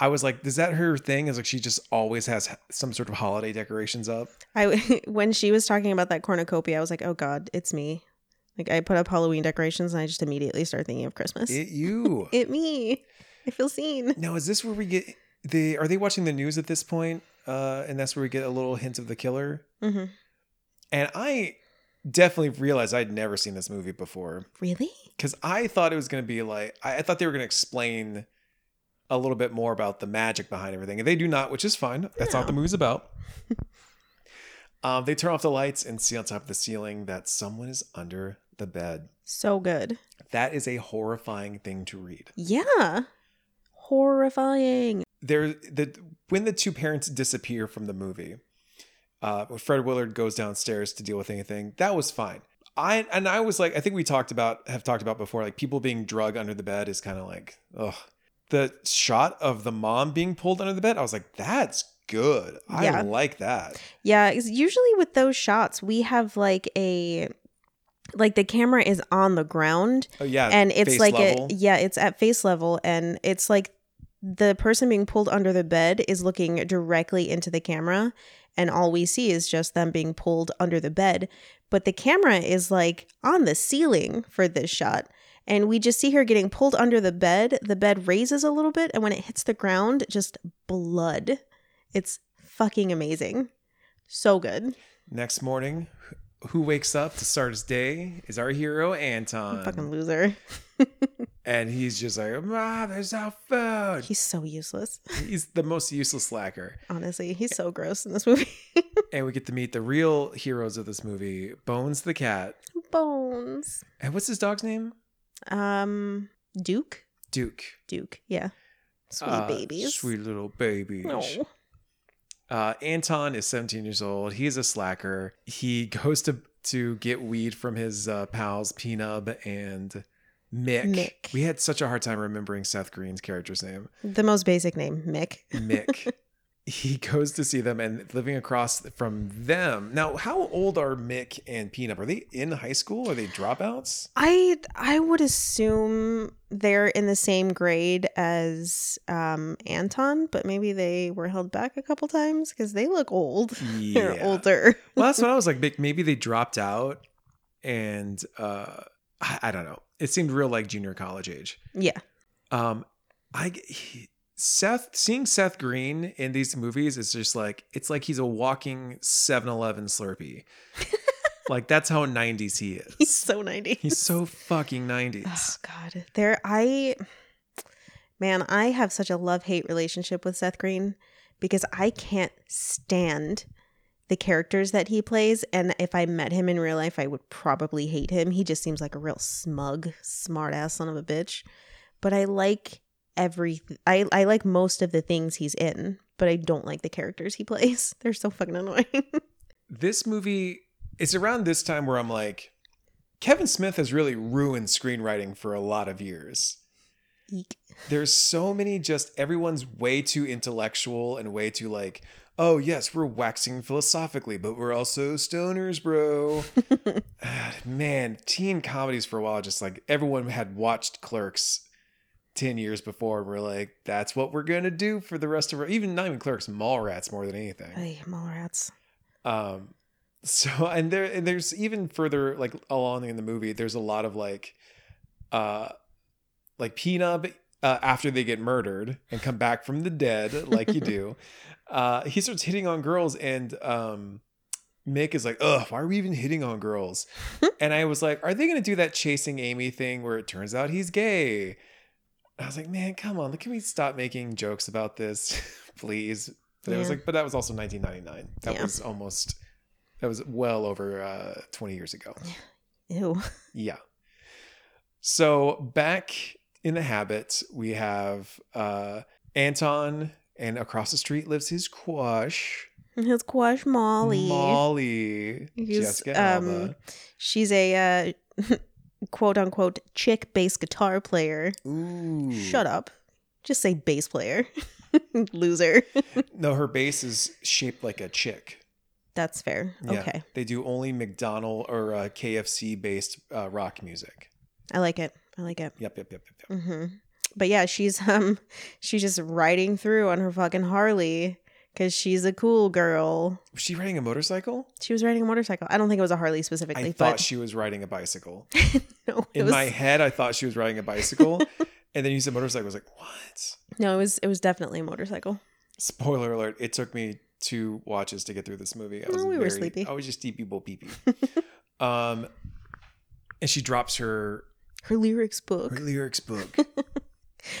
S2: I was like, "Is that her thing?" Is like she just always has h- some sort of holiday decorations up.
S1: I when she was talking about that cornucopia, I was like, "Oh god, it's me." Like I put up Halloween decorations and I just immediately start thinking of Christmas. It,
S2: It you.
S1: me. I feel seen.
S2: now is this where we get the? Are they watching the news at this point? Uh, and that's where we get a little hint of the killer.
S1: hmm
S2: And I definitely realized I'd never seen this movie before
S1: Really?
S2: because I thought it was going to be like, I, I thought they were going to explain a little bit more about the magic behind everything. And they do not, which is fine. That's not what the
S1: No.
S2: movie's about. um, they turn off the lights and see on top of the ceiling that someone is under the bed.
S1: So good.
S2: That is a horrifying thing to read.
S1: Yeah. Horrifying.
S2: there the when the two parents disappear from the movie uh when fred willard goes downstairs to deal with anything that was fine i and i was like i think we talked about have talked about before like people being drug under the bed is kind of like ugh the shot of the mom being pulled under the bed i was like that's good i
S1: Yeah.
S2: like that
S1: Yeah, 'cause usually with those shots, we have like a like the camera is on the ground
S2: oh yeah
S1: and it's
S2: face
S1: like a,
S2: level.
S1: yeah, it's at face level and it's like the person being pulled under the bed is looking directly into the camera and all we see is just them being pulled under the bed, but the camera is like on the ceiling for this shot. And we just see her getting pulled under the bed. The bed raises a little bit, and when it hits the ground, just blood. It's fucking amazing. So good.
S2: next morning who wakes up to start his day is our hero anton
S1: Fucking loser.
S2: and he's just like ah, there's no food
S1: He's so useless.
S2: he's the most useless slacker
S1: Honestly, he's so gross in this movie.
S2: and we get to meet the real heroes of this movie bones the cat
S1: Bones.
S2: and what's his dog's name
S1: Um, Duke.
S2: duke
S1: Duke. Yeah. Sweet
S2: Uh,
S1: babies.
S2: sweet little babies
S1: No.
S2: uh, anton is 17 years old he's a slacker he goes to to get weed from his uh, pals peanut and mick.
S1: Mick.
S2: we had such a hard time remembering seth green's character's name
S1: The most basic name, Mick.
S2: mick he goes to see them and living across from them now how old are mick and peanut are they in high school are they dropouts
S1: I I would assume they're in the same grade as um Anton, but maybe they were held back a couple times because they look old. They're older.
S2: well that's what i was like Mick, maybe they dropped out and uh I, I don't know it seemed real like junior college age
S1: Yeah.
S2: um i he, seth seeing seth green in these movies is just like it's like he's a walking 7-eleven slurpee like that's how 90s he is
S1: He's so 90.
S2: He's so fucking
S1: Oh
S2: 90s
S1: god. There I man, I have such a love-hate relationship with Seth Green because I can't stand the characters that he plays and if I met him in real life I would probably hate him. He just seems like a real smug, smart-ass son of a bitch. But I like every I I like most of the things he's in, but I don't like the characters he plays. They're so fucking annoying.
S2: this movie it's around this time where i'm like kevin smith has really ruined screenwriting for a lot of years
S1: Eek.
S2: there's so many just everyone's way too intellectual and way too like oh yes we're waxing philosophically but we're also stoners bro Ah, man teen comedies for a while just like everyone had watched clerks 10 years before and we're like that's what we're gonna do for the rest of our even not even clerks mall rats more than anything
S1: Ay, Mallrats.
S2: um so and there and there's even further like along in the movie there's a lot of like uh like peanut uh, after they get murdered and come back from the dead like you do uh he starts hitting on girls and um mick is like ugh why are we even hitting on girls and i was like are they gonna do that chasing amy thing where it turns out he's gay i was like man come on can we stop making jokes about this please but it was
S1: Yeah.
S2: like but that was also 1999 that
S1: Yeah.
S2: was almost that was well over uh 20 years ago
S1: Ew.
S2: yeah. So back in the habit, we have uh Anton, and across the street lives his quash
S1: It's Quashmolly.
S2: Molly,
S1: He's,
S2: Jessica
S1: um,
S2: Alba.
S1: She's a uh, quote unquote chick bass guitar player.
S2: Ooh,
S1: Shut up. Just say bass player. Loser.
S2: No, her base is shaped like a chick.
S1: That's fair.
S2: Yeah.
S1: Okay.
S2: They do only McDonald or uh, KFC based uh, rock music.
S1: I like it. I like it.
S2: Yep, yep, yep, yep, yep.
S1: hmm But yeah, she's um, she's just riding through on her fucking Harley because she's a cool girl.
S2: Was she riding a motorcycle?
S1: She was riding a motorcycle. I don't think it was a Harley specifically,
S2: I
S1: but
S2: thought she was riding a bicycle.
S1: no, it
S2: In
S1: was
S2: my head, I thought she was riding a bicycle. and then you said motorcycle. I was like, what?
S1: no, it was it was definitely a motorcycle.
S2: Spoiler alert. It took me two watches to get through this movie. I
S1: No,
S2: was
S1: we were
S2: very-
S1: sleepy.
S2: I was just deep people peepee. um, and she drops her,
S1: Her lyrics book,
S2: her lyrics book.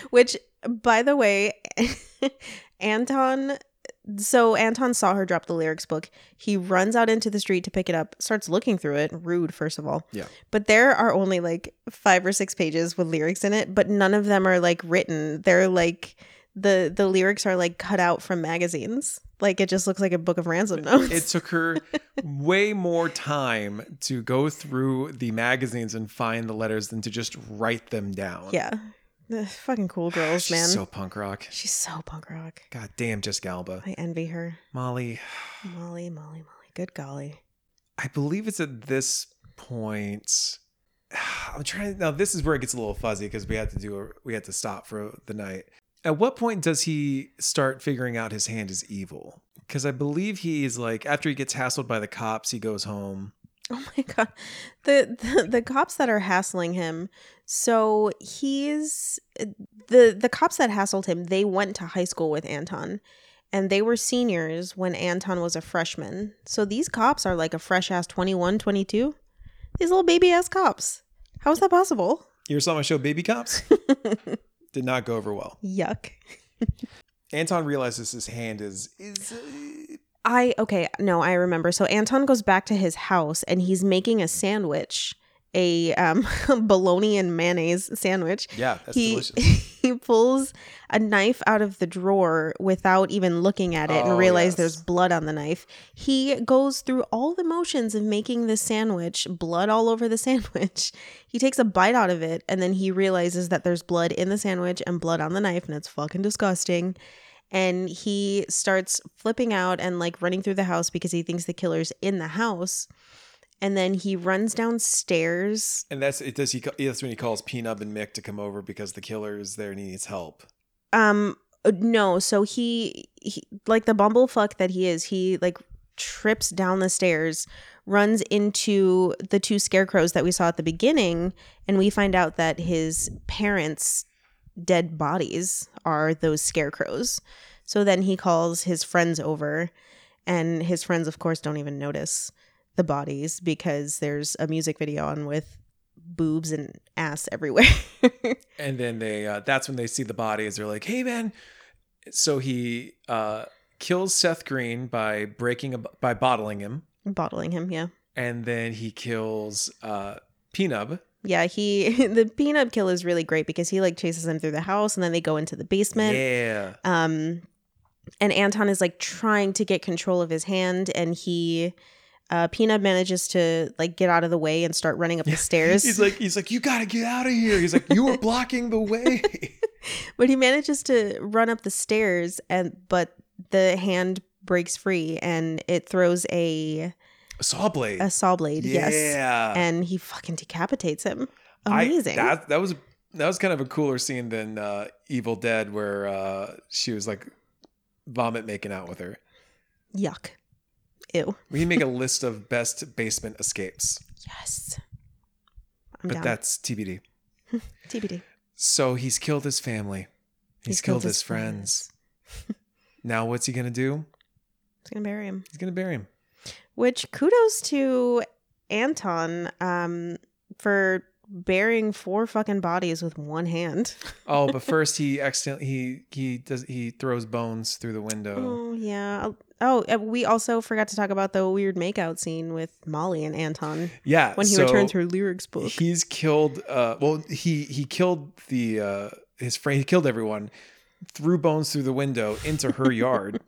S1: which by the way, Anton. So Anton saw her drop the lyrics book. He runs out into the street to pick it up. Starts looking through it. Rude, first of all.
S2: Yeah.
S1: But there are only like five or six pages with lyrics in it, but none of them are like written. They're like the the lyrics are like cut out from magazines. Like it just looks like a book of ransom notes.
S2: it took her way more time to go through the magazines and find the letters than to just write them down.
S1: yeah. Ugh, fucking cool girls,
S2: She's
S1: man.
S2: So punk rock.
S1: She's so punk rock.
S2: God damn, just Galba.
S1: I envy her.
S2: Molly,
S1: Molly, Molly, Molly. Good golly.
S2: I believe it's at this point. I'm trying now. This is where it gets a little fuzzy because we had to do a, we had to stop for the night. At what point does he start figuring out his hand is evil? Because I believe he's like after he gets hassled by the cops, he goes home.
S1: Oh my god. The, the the cops that are hassling him. So he's the the cops that hassled him, they went to high school with Anton and they were seniors when Anton was a freshman. So these cops are like a fresh ass 21, 22. These little baby ass cops. How is that possible?
S2: You ever saw my show Baby Cops? Did not go over well.
S1: Yuck.
S2: Anton realizes his hand is is uh,
S1: I okay, no, I remember. So Anton goes back to his house and he's making a sandwich, a um bologna and mayonnaise sandwich.
S2: yeah, that's
S1: he
S2: delicious.
S1: he pulls a knife out of the drawer without even looking at it
S2: Oh,
S1: and realize
S2: yes.
S1: there's blood on the knife. He goes through all the motions of making the sandwich, blood all over the sandwich. He takes a bite out of it and then he realizes that there's blood in the sandwich and blood on the knife and it's fucking disgusting. And he starts flipping out and like running through the house because he thinks the killer's in the house. And then he runs downstairs
S2: And that's it. Does he? ca- That's when he calls Peanut and Mick to come over because the killer is there and he needs help.
S1: um uh, no so he, he like the bumblefuck that he is he like trips down the stairs runs into the two scarecrows that we saw at the beginning and we find out that his parents dead bodies are those scarecrows so then he calls his friends over and his friends of course don't even notice the bodies because there's a music video on with boobs and ass everywhere
S2: And then they uh, that's when they see the bodies. They're like, "Hey, man!" So he uh, kills Seth Green by breaking a, by bottling him,
S1: bottling him yeah
S2: and then he kills uh, Peanut.
S1: Yeah, he the peanut kill is really great because he like chases him through the house and then they go into the basement.
S2: Yeah,
S1: Um and Anton is like trying to get control of his hand and he uh Peanut manages to like get out of the way and start running up the stairs.
S2: he's like, he's like, "You gotta get out of here!" He's like, "You were blocking the way."
S1: but he manages to run up the stairs and but the hand breaks free and it throws a
S2: Saw blade.
S1: a saw blade,
S2: yeah.
S1: yes. And he fucking decapitates him. Amazing.
S2: I, that that was that was kind of a cooler scene than uh, Evil Dead, where uh, she was like vomit making out with her.
S1: Yuck. Ew.
S2: We can make a list of best basement escapes,
S1: Yes. I'm
S2: but
S1: down.
S2: that's TBD.
S1: TBD.
S2: So he's killed his family. He's, killed, his friends. Now what's he gonna do?
S1: He's gonna bury him.
S2: He's gonna bury him.
S1: Which kudos to Anton um, for burying four fucking bodies with one hand.
S2: Oh, but first he accidentally he he does he throws bones through the window.
S1: Oh yeah. Oh, and we also forgot to talk about the weird makeout scene with Molly and Anton
S2: Yeah,
S1: when he
S2: so
S1: returns her lyrics book.
S2: He's killed. Uh, well, he he killed the uh, his friend. He killed everyone. Threw bones through the window into her yard.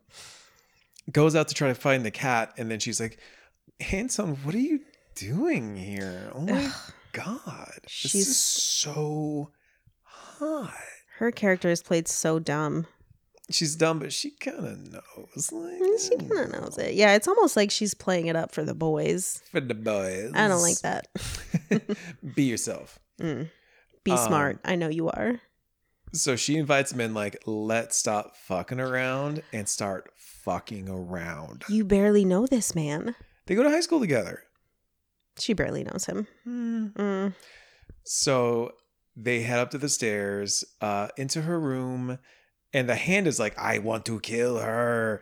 S2: Goes out to try to find the cat, and then she's like, "Hanson, what are you doing here? Oh my
S1: Ugh.
S2: god, this
S1: She's-
S2: is so hot."
S1: Her character is played so dumb.
S2: she's dumb, but she kind of knows. Like,
S1: Mm, She kind of knows it. Yeah, it's almost like she's playing it up for the boys.
S2: For the boys.
S1: I don't like that.
S2: Be yourself.
S1: Mm. Be
S2: Um,
S1: smart. I know you are.
S2: So she invites him in, like, let's stop fucking around and start fucking around.
S1: You barely know this man.
S2: They go to high school together.
S1: She barely knows him.
S2: Hmm.
S1: Mm.
S2: So they head up to the stairs, uh, into her room, and the hand is like, I want to kill her.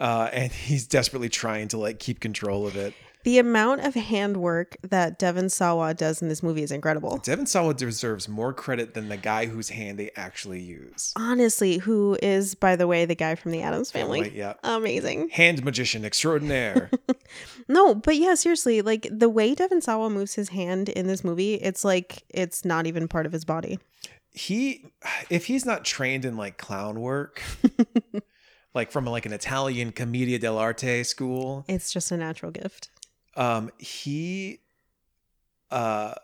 S2: Uh, and he's desperately trying to like keep control of it.
S1: The amount of handwork that Devon Sawa does in this movie is incredible.
S2: Devin Sawa deserves more credit than the guy whose hand they actually use.
S1: Honestly, who is, by the way, the guy from the Adams
S2: Right,
S1: family?
S2: yeah.
S1: Amazing.
S2: Hand magician extraordinaire.
S1: No, but yeah, seriously, like the way Devon Sawa moves his hand in this movie, it's like it's not even part of his body.
S2: he if he's not trained in like clown work like from like an italian commedia dell'arte school
S1: It's just a natural gift.
S2: um he uh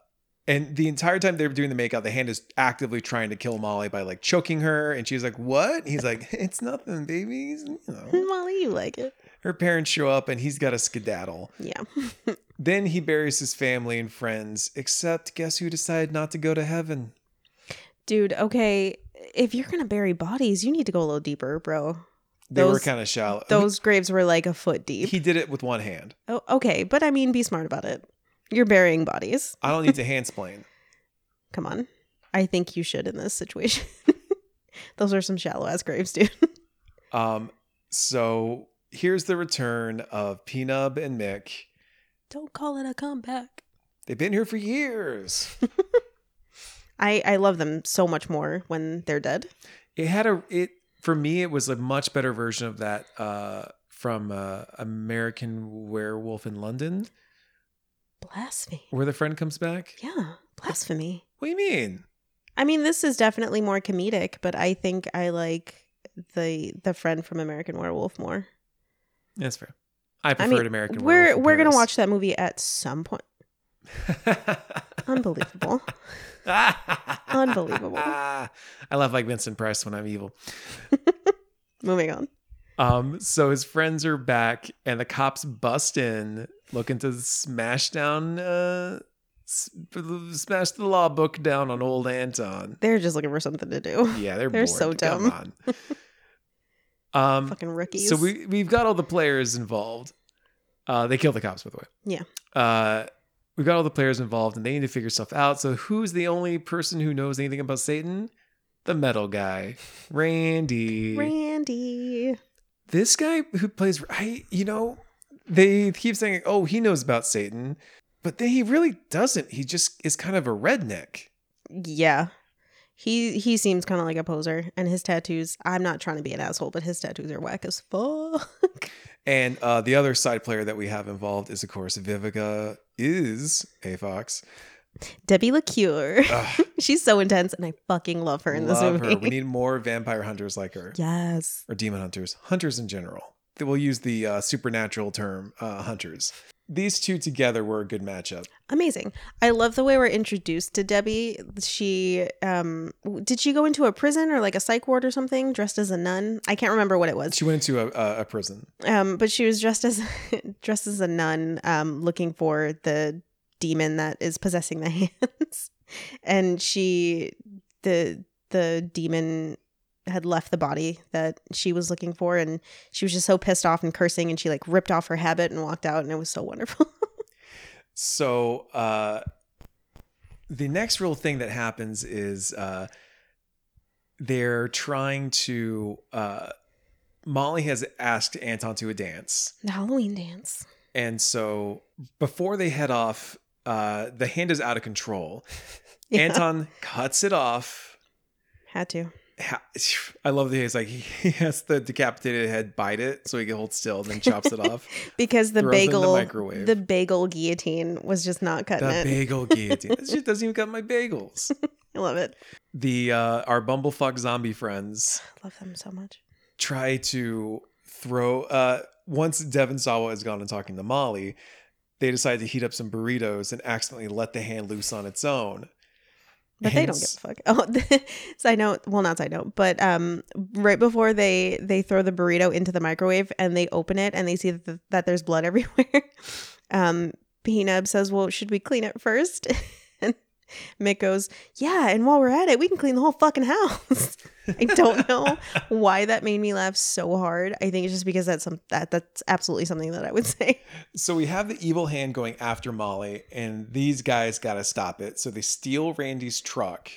S2: and the entire time they're doing the makeout the hand is actively trying to kill molly by like choking her and she's like what And he's like it's nothing baby It's, you know
S1: Molly, you like it.
S2: her parents show up and he's got a skedaddle
S1: Yeah.
S2: then he buries his family and friends except guess who decided not to go to heaven
S1: Dude, okay, if you're going to bury bodies, you need to go a little deeper, bro.
S2: they were
S1: Those-
S2: kind of shallow
S1: Those graves were like a foot deep.
S2: he did it with one hand
S1: Oh, okay, but I mean, be smart about it. You're burying bodies.
S2: i don't need to hand splain
S1: Come on. I think you should in this situation. Those are some shallow ass graves, dude.
S2: Um, so here's the return of Peanut and Mick.
S1: Don't call it a comeback.
S2: They've been here for years.
S1: I I love them so much more when they're dead.
S2: it had a it for me. It was a much better version of that uh, from uh, American Werewolf in London,
S1: Blasphemy.
S2: where the friend comes back.
S1: Yeah, blasphemy.
S2: What do you mean?
S1: I mean, this is definitely more comedic, but I think I like the the friend from American Werewolf more.
S2: That's fair. I
S1: I
S2: preferred
S1: mean, we're
S2: American. Werewolf in
S1: we're gonna
S2: Paris.
S1: watch that movie at some point. Unbelievable. Unbelievable.
S2: I love like Vincent Price when I'm evil.
S1: Moving on.
S2: Um, so his friends are back, and the cops bust in, looking to smash down, uh, s- smash the law book down on old Anton.
S1: They're just looking for something to do.
S2: Yeah, they're
S1: They're
S2: bored.
S1: so
S2: Come on. Um,
S1: Fucking rookies.
S2: so we we've got all the players involved. Uh, they kill the cops, by the way.
S1: Yeah.
S2: Uh, we've got all the players involved, and they need to figure stuff out. So who's the only person who knows anything about Satan? The metal guy, Randy.
S1: Randy.
S2: this guy who plays I you know they keep saying oh he knows about Satan but then he really doesn't he just is kind of a redneck
S1: Yeah. He he seems kind of like a poser, and his tattoos. I'm not trying to be an asshole, but his tattoos are whack as fuck.
S2: and uh, the other side player that we have involved is of course Vivica is a fox
S1: Debbie LaCure.
S2: Ugh,
S1: She's so intense, and I fucking love her in this
S2: love
S1: movie.
S2: her we need more vampire hunters like her
S1: yes.
S2: or demon hunters hunters in general They will use the uh, supernatural term uh, hunters these two together were a good matchup
S1: Amazing. I love the way we're introduced to Debbie. She um w- did she go into a prison or like a psych ward or something dressed as a nun? I can't remember what it was.
S2: she went into a, a, a prison
S1: Um but she was dressed as dressed as a nun um looking for the demon that is possessing the hands. and she the the demon had left the body that she was looking for and she was just so pissed off and cursing and she like ripped off her habit and walked out and it was so wonderful.
S2: So uh, the next real thing that happens is uh, they're trying to. Uh, Molly has asked Anton to a dance,
S1: The Halloween dance.
S2: and so before they head off, uh, the hand is out of control.
S1: Yeah,
S2: Anton cuts it off.
S1: had to.
S2: Ha- I love that he's like he has the decapitated head bite it so he can hold still, and then chops it off.
S1: Because the
S2: Throws it in the
S1: bagel
S2: microwave.
S1: the bagel guillotine was just not cutting
S2: the
S1: it.
S2: bagel guillotine. That shit doesn't even cut my bagels.
S1: I love it.
S2: The uh, our bumblefuck zombie friends
S1: Love them so much.
S2: try to throw uh once Devon Sawa is gone and talking to Molly, they decide to heat up some burritos and accidentally let the hand loose on its own.
S1: but they don't give
S2: Hence-
S1: a fuck. Oh, side note. Well, not side note, but um, right before they they throw the burrito into the microwave and they open it and they see that, that there's blood everywhere. um, Peanut says, "Well, should we clean it first? and Mick goes, "Yeah, and while we're at it, we can clean the whole fucking house." I don't know why that made me laugh so hard. I think it's just because that's some that that's absolutely something that I would say.
S2: So we have the evil hand going after Molly, and these guys got to stop it. So they steal Randy's truck,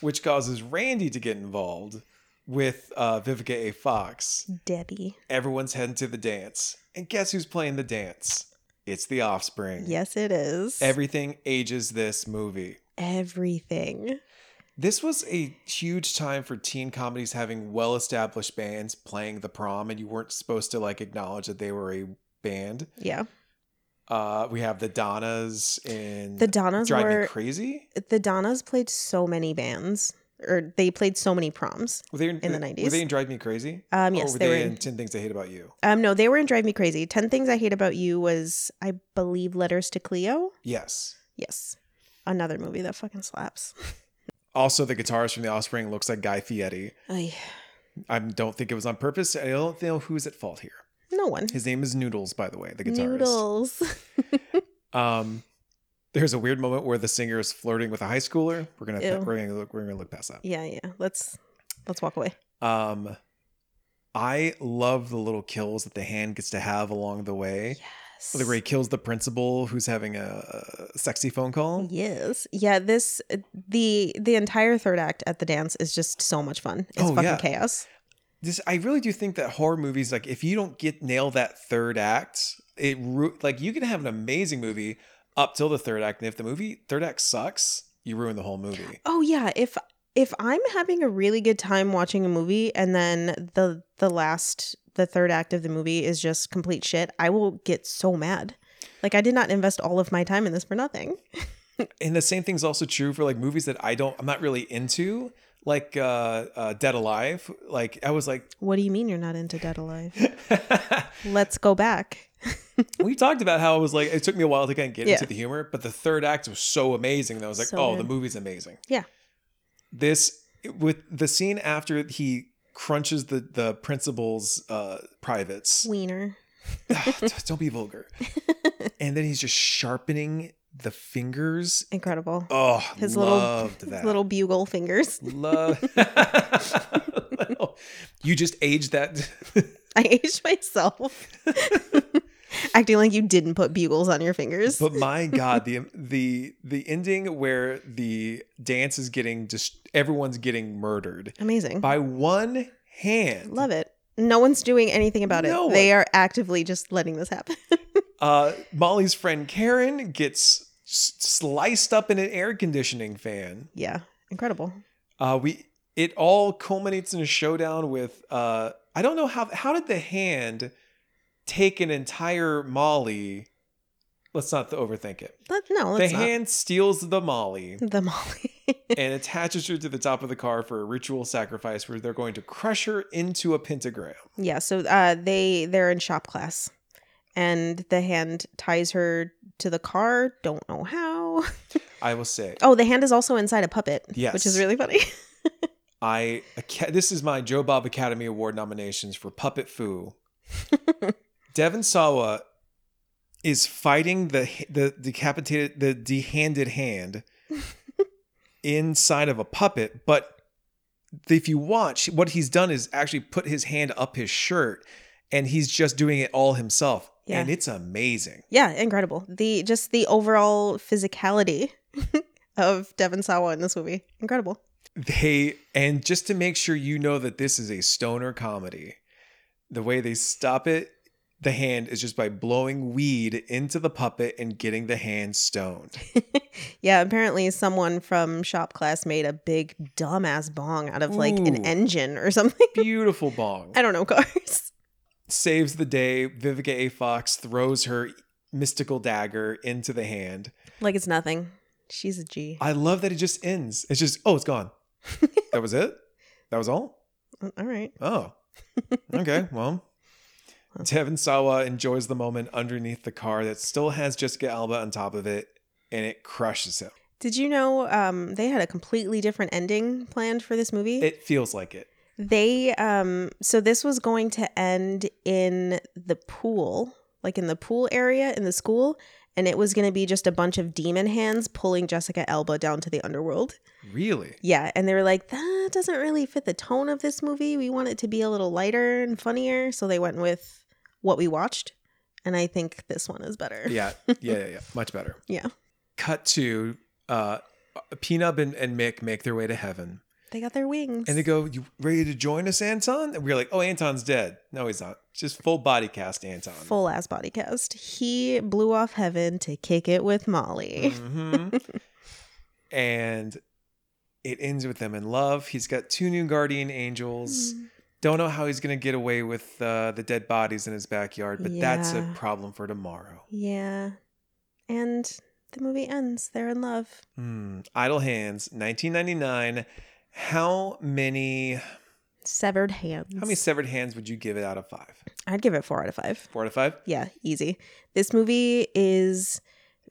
S2: which causes Randy to get involved with uh, Vivica A. Fox.
S1: Mm. Debbie.
S2: Everyone's heading to the dance. And guess who's playing the dance? It's the offspring.
S1: Yes, it is.
S2: Everything ages this movie.
S1: Everything.
S2: This was a huge time for teen comedies having well established bands playing the prom, and you weren't supposed to like acknowledge that they were a band.
S1: Yeah.
S2: Uh, we have the Donnas and
S1: The Donnas
S2: Drive
S1: were
S2: Me Crazy.
S1: the Donnas played so many bands, or they played so many proms.
S2: Were they in,
S1: the
S2: Were
S1: 90s.
S2: they in Drive Me Crazy?
S1: Um,
S2: Or
S1: yes,
S2: were
S1: they
S2: Oh, they,
S1: were
S2: in
S1: in.
S2: Ten Things I Hate About You?
S1: Um, no, they were in Drive Me Crazy. Ten Things I Hate About You was, I believe, Letters to Cleo.
S2: Yes.
S1: Yes, another movie that fucking slaps.
S2: Also, the guitarist from The Offspring looks like Guy Fieri.
S1: Ay,
S2: I don't think it was on purpose. I don't know who's at fault here.
S1: no one.
S2: His name is Noodles, by the way. The guitarist.
S1: Mm-hmm. Noodles.
S2: Um, there's a weird moment where the singer is flirting with a high schooler. We're gonna
S1: Ew.
S2: we're gonna look we're gonna look past that.
S1: yeah, yeah. Let's let's walk away.
S2: Um, I love the little kills that the hand gets to have along the way.
S1: Yes.
S2: The Where he kills the principal who's having a, a sexy phone
S1: Mm-hmm.
S2: call.
S1: Yes. Yeah, this the the entire third act at the dance is just so much fun. It's
S2: Oh,
S1: fucking
S2: yeah.
S1: chaos.
S2: This I really do think that horror movies like if you don't get nail that third act, it ru- like you can have an amazing movie up till the third act, and if the movie third act sucks, you ruin the whole movie.
S1: Oh yeah, if if I'm having a really good time watching a movie and then the the last the third act of the movie is just complete shit, I will get so mad. Like I did not invest all of my time in this for nothing.
S2: and the same thing's also true for like movies that I don't I'm not really into like uh, uh Dead Alive like I was like
S1: What do you mean you're not into Dead Alive? Let's go back.
S2: we talked about how it was like it took me a while to kind of get
S1: Yeah.
S2: into the humor but the third act was so amazing that I was like
S1: So
S2: oh the
S1: good.
S2: movie's amazing
S1: Yeah.
S2: this with the scene after he crunches the the principal's uh privates
S1: Wiener.
S2: don't be vulgar and then he's just sharpening the fingers
S1: Incredible.
S2: oh
S1: His little-
S2: loved
S1: His
S2: that
S1: little bugle fingers.
S2: Love. you just aged that.
S1: I aged myself. Acting like you didn't put bugles on your fingers.
S2: but my God, the the the ending where the dance is getting just everyone's getting murdered
S1: Amazing.
S2: by one hand.
S1: Love it. No one's doing anything about it.
S2: No
S1: They are actively just letting this happen.
S2: Uh, Molly's friend Karen gets s- sliced up in an air conditioning fan.
S1: yeah. Incredible.
S2: Uh, we it all culminates in a showdown with uh, I don't know how how did the hand take an entire Molly. Let's not overthink it.
S1: Let, no,
S2: the
S1: let's not.
S2: hand steals the Molly
S1: The Molly.
S2: and attaches her to the top of the car for a ritual sacrifice where they're going to crush her into a pentagram.
S1: yeah, so uh, they they're in shop class, and the hand ties her to the car. Don't know how.
S2: I will say,
S1: Oh, the hand is also inside a puppet. which
S2: Yes.
S1: is really funny.
S2: I Aca- this is my Joe Bob Academy Award nominations for Puppet Foo. Devin Sawa is fighting the the decapitated the dehanded hand inside of a puppet, but if you watch, what he's done is actually put his hand up his shirt, and he's just doing it all himself,
S1: Yeah.
S2: and it's amazing.
S1: yeah, incredible. The just the overall physicality of Devon Sawa in this movie. Incredible.
S2: they and just to make sure you know that this is a stoner comedy the way they stop it the hand is just by blowing weed into the puppet and getting the hand stoned
S1: yeah, apparently someone from shop class made a big dumbass bong out of like an
S2: Ooh.
S1: engine or something.
S2: beautiful bong
S1: I don't know cars.
S2: saves the day vivica a fox throws her mystical dagger into the hand
S1: Like it's nothing. She's a G.
S2: i love that it just ends it's just oh it's gone that was it that was all
S1: All right.
S2: Oh. Okay. Well, Devin Sawa enjoys the moment underneath the car that still has Jessica Alba on top of it, and it crushes him.
S1: Did you know um, they had a completely different ending planned for this movie?
S2: It feels like it.
S1: they um so this was going to end in the pool, like in the pool area in the school, and it was going to be just a bunch of demon hands pulling Jessica Elba down to the underworld.
S2: Really?
S1: Yeah, and they were like, that doesn't really fit the tone of this movie. We want it to be a little lighter and funnier, so they went with what we watched, and I think this one is better.
S2: Yeah, yeah, yeah, yeah. Much better.
S1: Yeah.
S2: Cut to uh, Peanut and, and Mick make their way to heaven,
S1: They got their wings.
S2: and they go, "You ready to join us, Anton?" And we're like, "Oh, Anton's dead. No, he's not. Just full body cast, Anton."
S1: full ass body cast. He blew off heaven to kick it with Molly.
S2: hmm and it ends with them in love. He's got two new guardian angels.
S1: Mm-hmm.
S2: Don't know how he's gonna get away with uh, the dead bodies in his backyard, but that's a
S1: Yeah.
S2: problem for tomorrow.
S1: Yeah. And the movie ends. They're in love.
S2: Hmm. Idle Hands, 1999. How many how
S1: Severed hands.
S2: many severed hands would you give it out of five?
S1: I'd give it four out of five.
S2: Four out of five.
S1: Yeah, easy. This movie is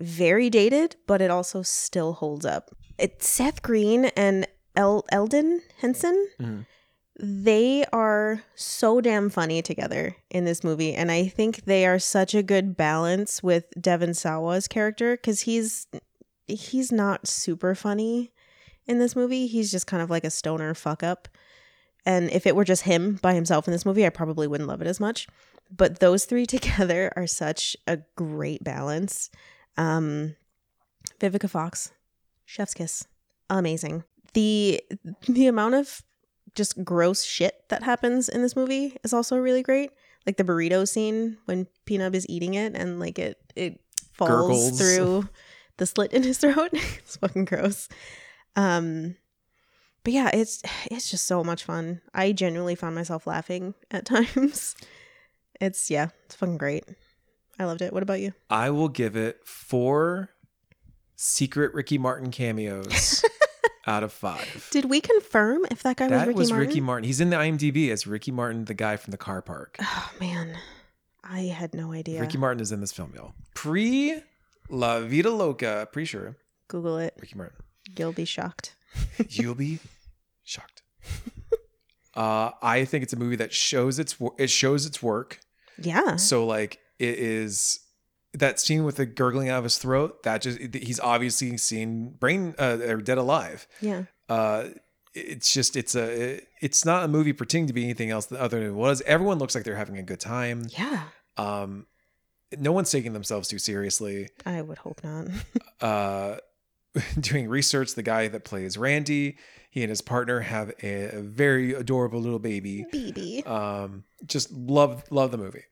S1: very dated, but it also still holds up. It's Seth Green and El- Eldon Henson.
S2: Mhm.
S1: They are so damn funny together in this movie. And I think they are such a good balance with Devon Sawa's character because he's he's not super funny in this movie. He's just kind of like a stoner fuck up. And if it were just him by himself in this movie, I probably wouldn't love it as much but those three together are such a great balance. Um, Vivica Fox, Chef's Kiss, amazing. The the amount of just gross shit that happens in this movie is also really great. Like the burrito scene when Peanut is eating it and like it it falls
S2: Gurgles.
S1: through the slit in his throat. it's fucking gross. Um, but yeah, it's it's just so much fun. I genuinely found myself laughing at times. It's yeah, it's fucking great. I loved it. What about you?
S2: I will give it four secret Ricky Martin cameos out of five.
S1: Did we confirm if that guy
S2: that
S1: was Ricky
S2: was
S1: Martin?
S2: Ricky Martin. He's in the IMDb as Ricky Martin, the guy from the car park.
S1: oh man, I had no idea.
S2: Ricky Martin is in this film, y'all. Pre La Vida Loca, pretty sure.
S1: Google it.
S2: Ricky Martin.
S1: You'll be shocked.
S2: You'll be shocked. Uh, I think it's a movie that shows its wor- it shows its work.
S1: Yeah,
S2: So like it is that scene with the gurgling out of his throat. That just he's obviously seen brain uh, or dead alive.
S1: yeah,
S2: Uh, it's just it's a it's not a movie pretending to be anything else other than it was. Everyone looks like they're having a good time.
S1: yeah.
S2: Um, no one's taking themselves too seriously.
S1: I would hope not.
S2: Uh, doing research, the guy that plays Randy, he and his partner have a, a very adorable little baby.
S1: BB.
S2: Um, just love love the movie.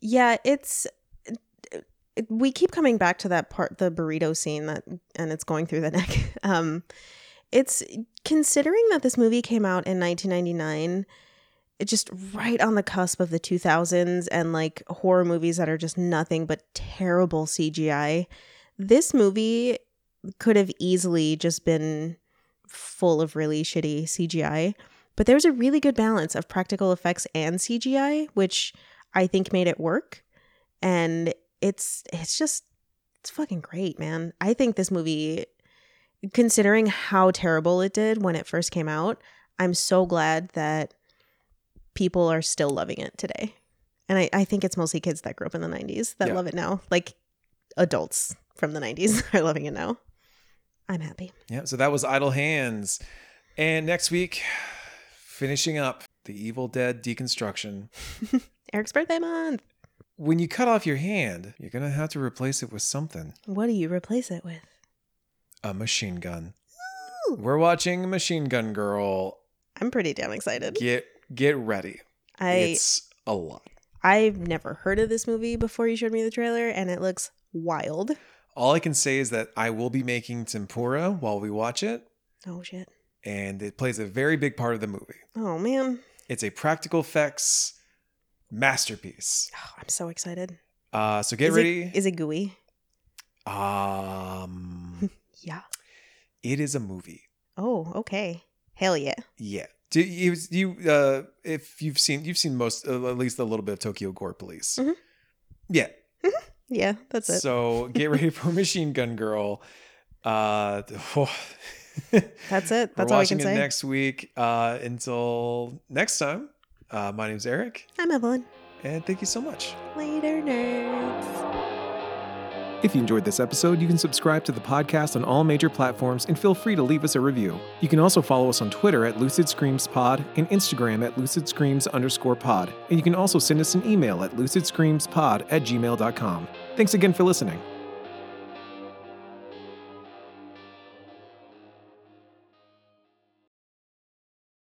S1: Yeah, it's it- we keep coming back to that part the burrito scene that and it's going through the neck. Um it's considering that this movie came out in 1999, it just right on the cusp of the 2000s and like horror movies that are just nothing but terrible CGI. This movie could have easily just been full of really shitty CGI, but there's a really good balance of practical effects and CGI, which I think made it work. And it's it's just it's fucking great, man. I think this movie considering how terrible it did when it first came out, I'm so glad that people are still loving it today. And I, I think it's mostly kids that grew up in the 90s that
S2: Yeah.
S1: love it now. Like adults from the 90s are loving it now. I'm happy.
S2: Yeah, so that was Idle Hands. And next week, finishing up the Evil Dead deconstruction.
S1: Eric's birthday month.
S2: When you cut off your hand, you're going to have to replace it with something
S1: What do you replace it with?
S2: a machine gun.
S1: Ooh.
S2: We're watching Machine Gun Girl.
S1: I'm pretty damn excited.
S2: Get get ready.
S1: I
S2: it's a lot.
S1: I've never heard of this movie before you showed me the trailer, and it looks wild.
S2: All I can say is that I will be making tempura while we watch it,
S1: Oh shit.
S2: and it plays a very big part of the movie.
S1: Oh man.
S2: It's a practical effects masterpiece.
S1: Oh, I'm so excited.
S2: Uh, so get
S1: is
S2: ready.
S1: It, is it gooey?
S2: um,
S1: Yeah.
S2: it is a movie.
S1: Oh, okay. Hell yeah.
S2: Yeah. Do you, you uh if you've seen you've seen most uh, at least a little bit of Tokyo Gore Police.
S1: Mhm.
S2: Yeah.
S1: Yeah, that's it.
S2: So get ready for Machine Gun Girl. Uh,
S1: That's it.
S2: We're
S1: That's all I
S2: watching
S1: can
S2: it
S1: say.
S2: next week. Uh, until next time, uh, my name's Eric,
S1: I'm Evelyn.
S2: and thank you so much.
S1: Later, nerds.
S2: If you enjoyed this episode, you can subscribe to the podcast on all major platforms and feel free to leave us a review. You can also follow us on Twitter at Lucid Screams Pod and Instagram at Lucid Screams underscore pod. And you can also send us an email at lucidscreamspod at gmail.com. Thanks again for listening.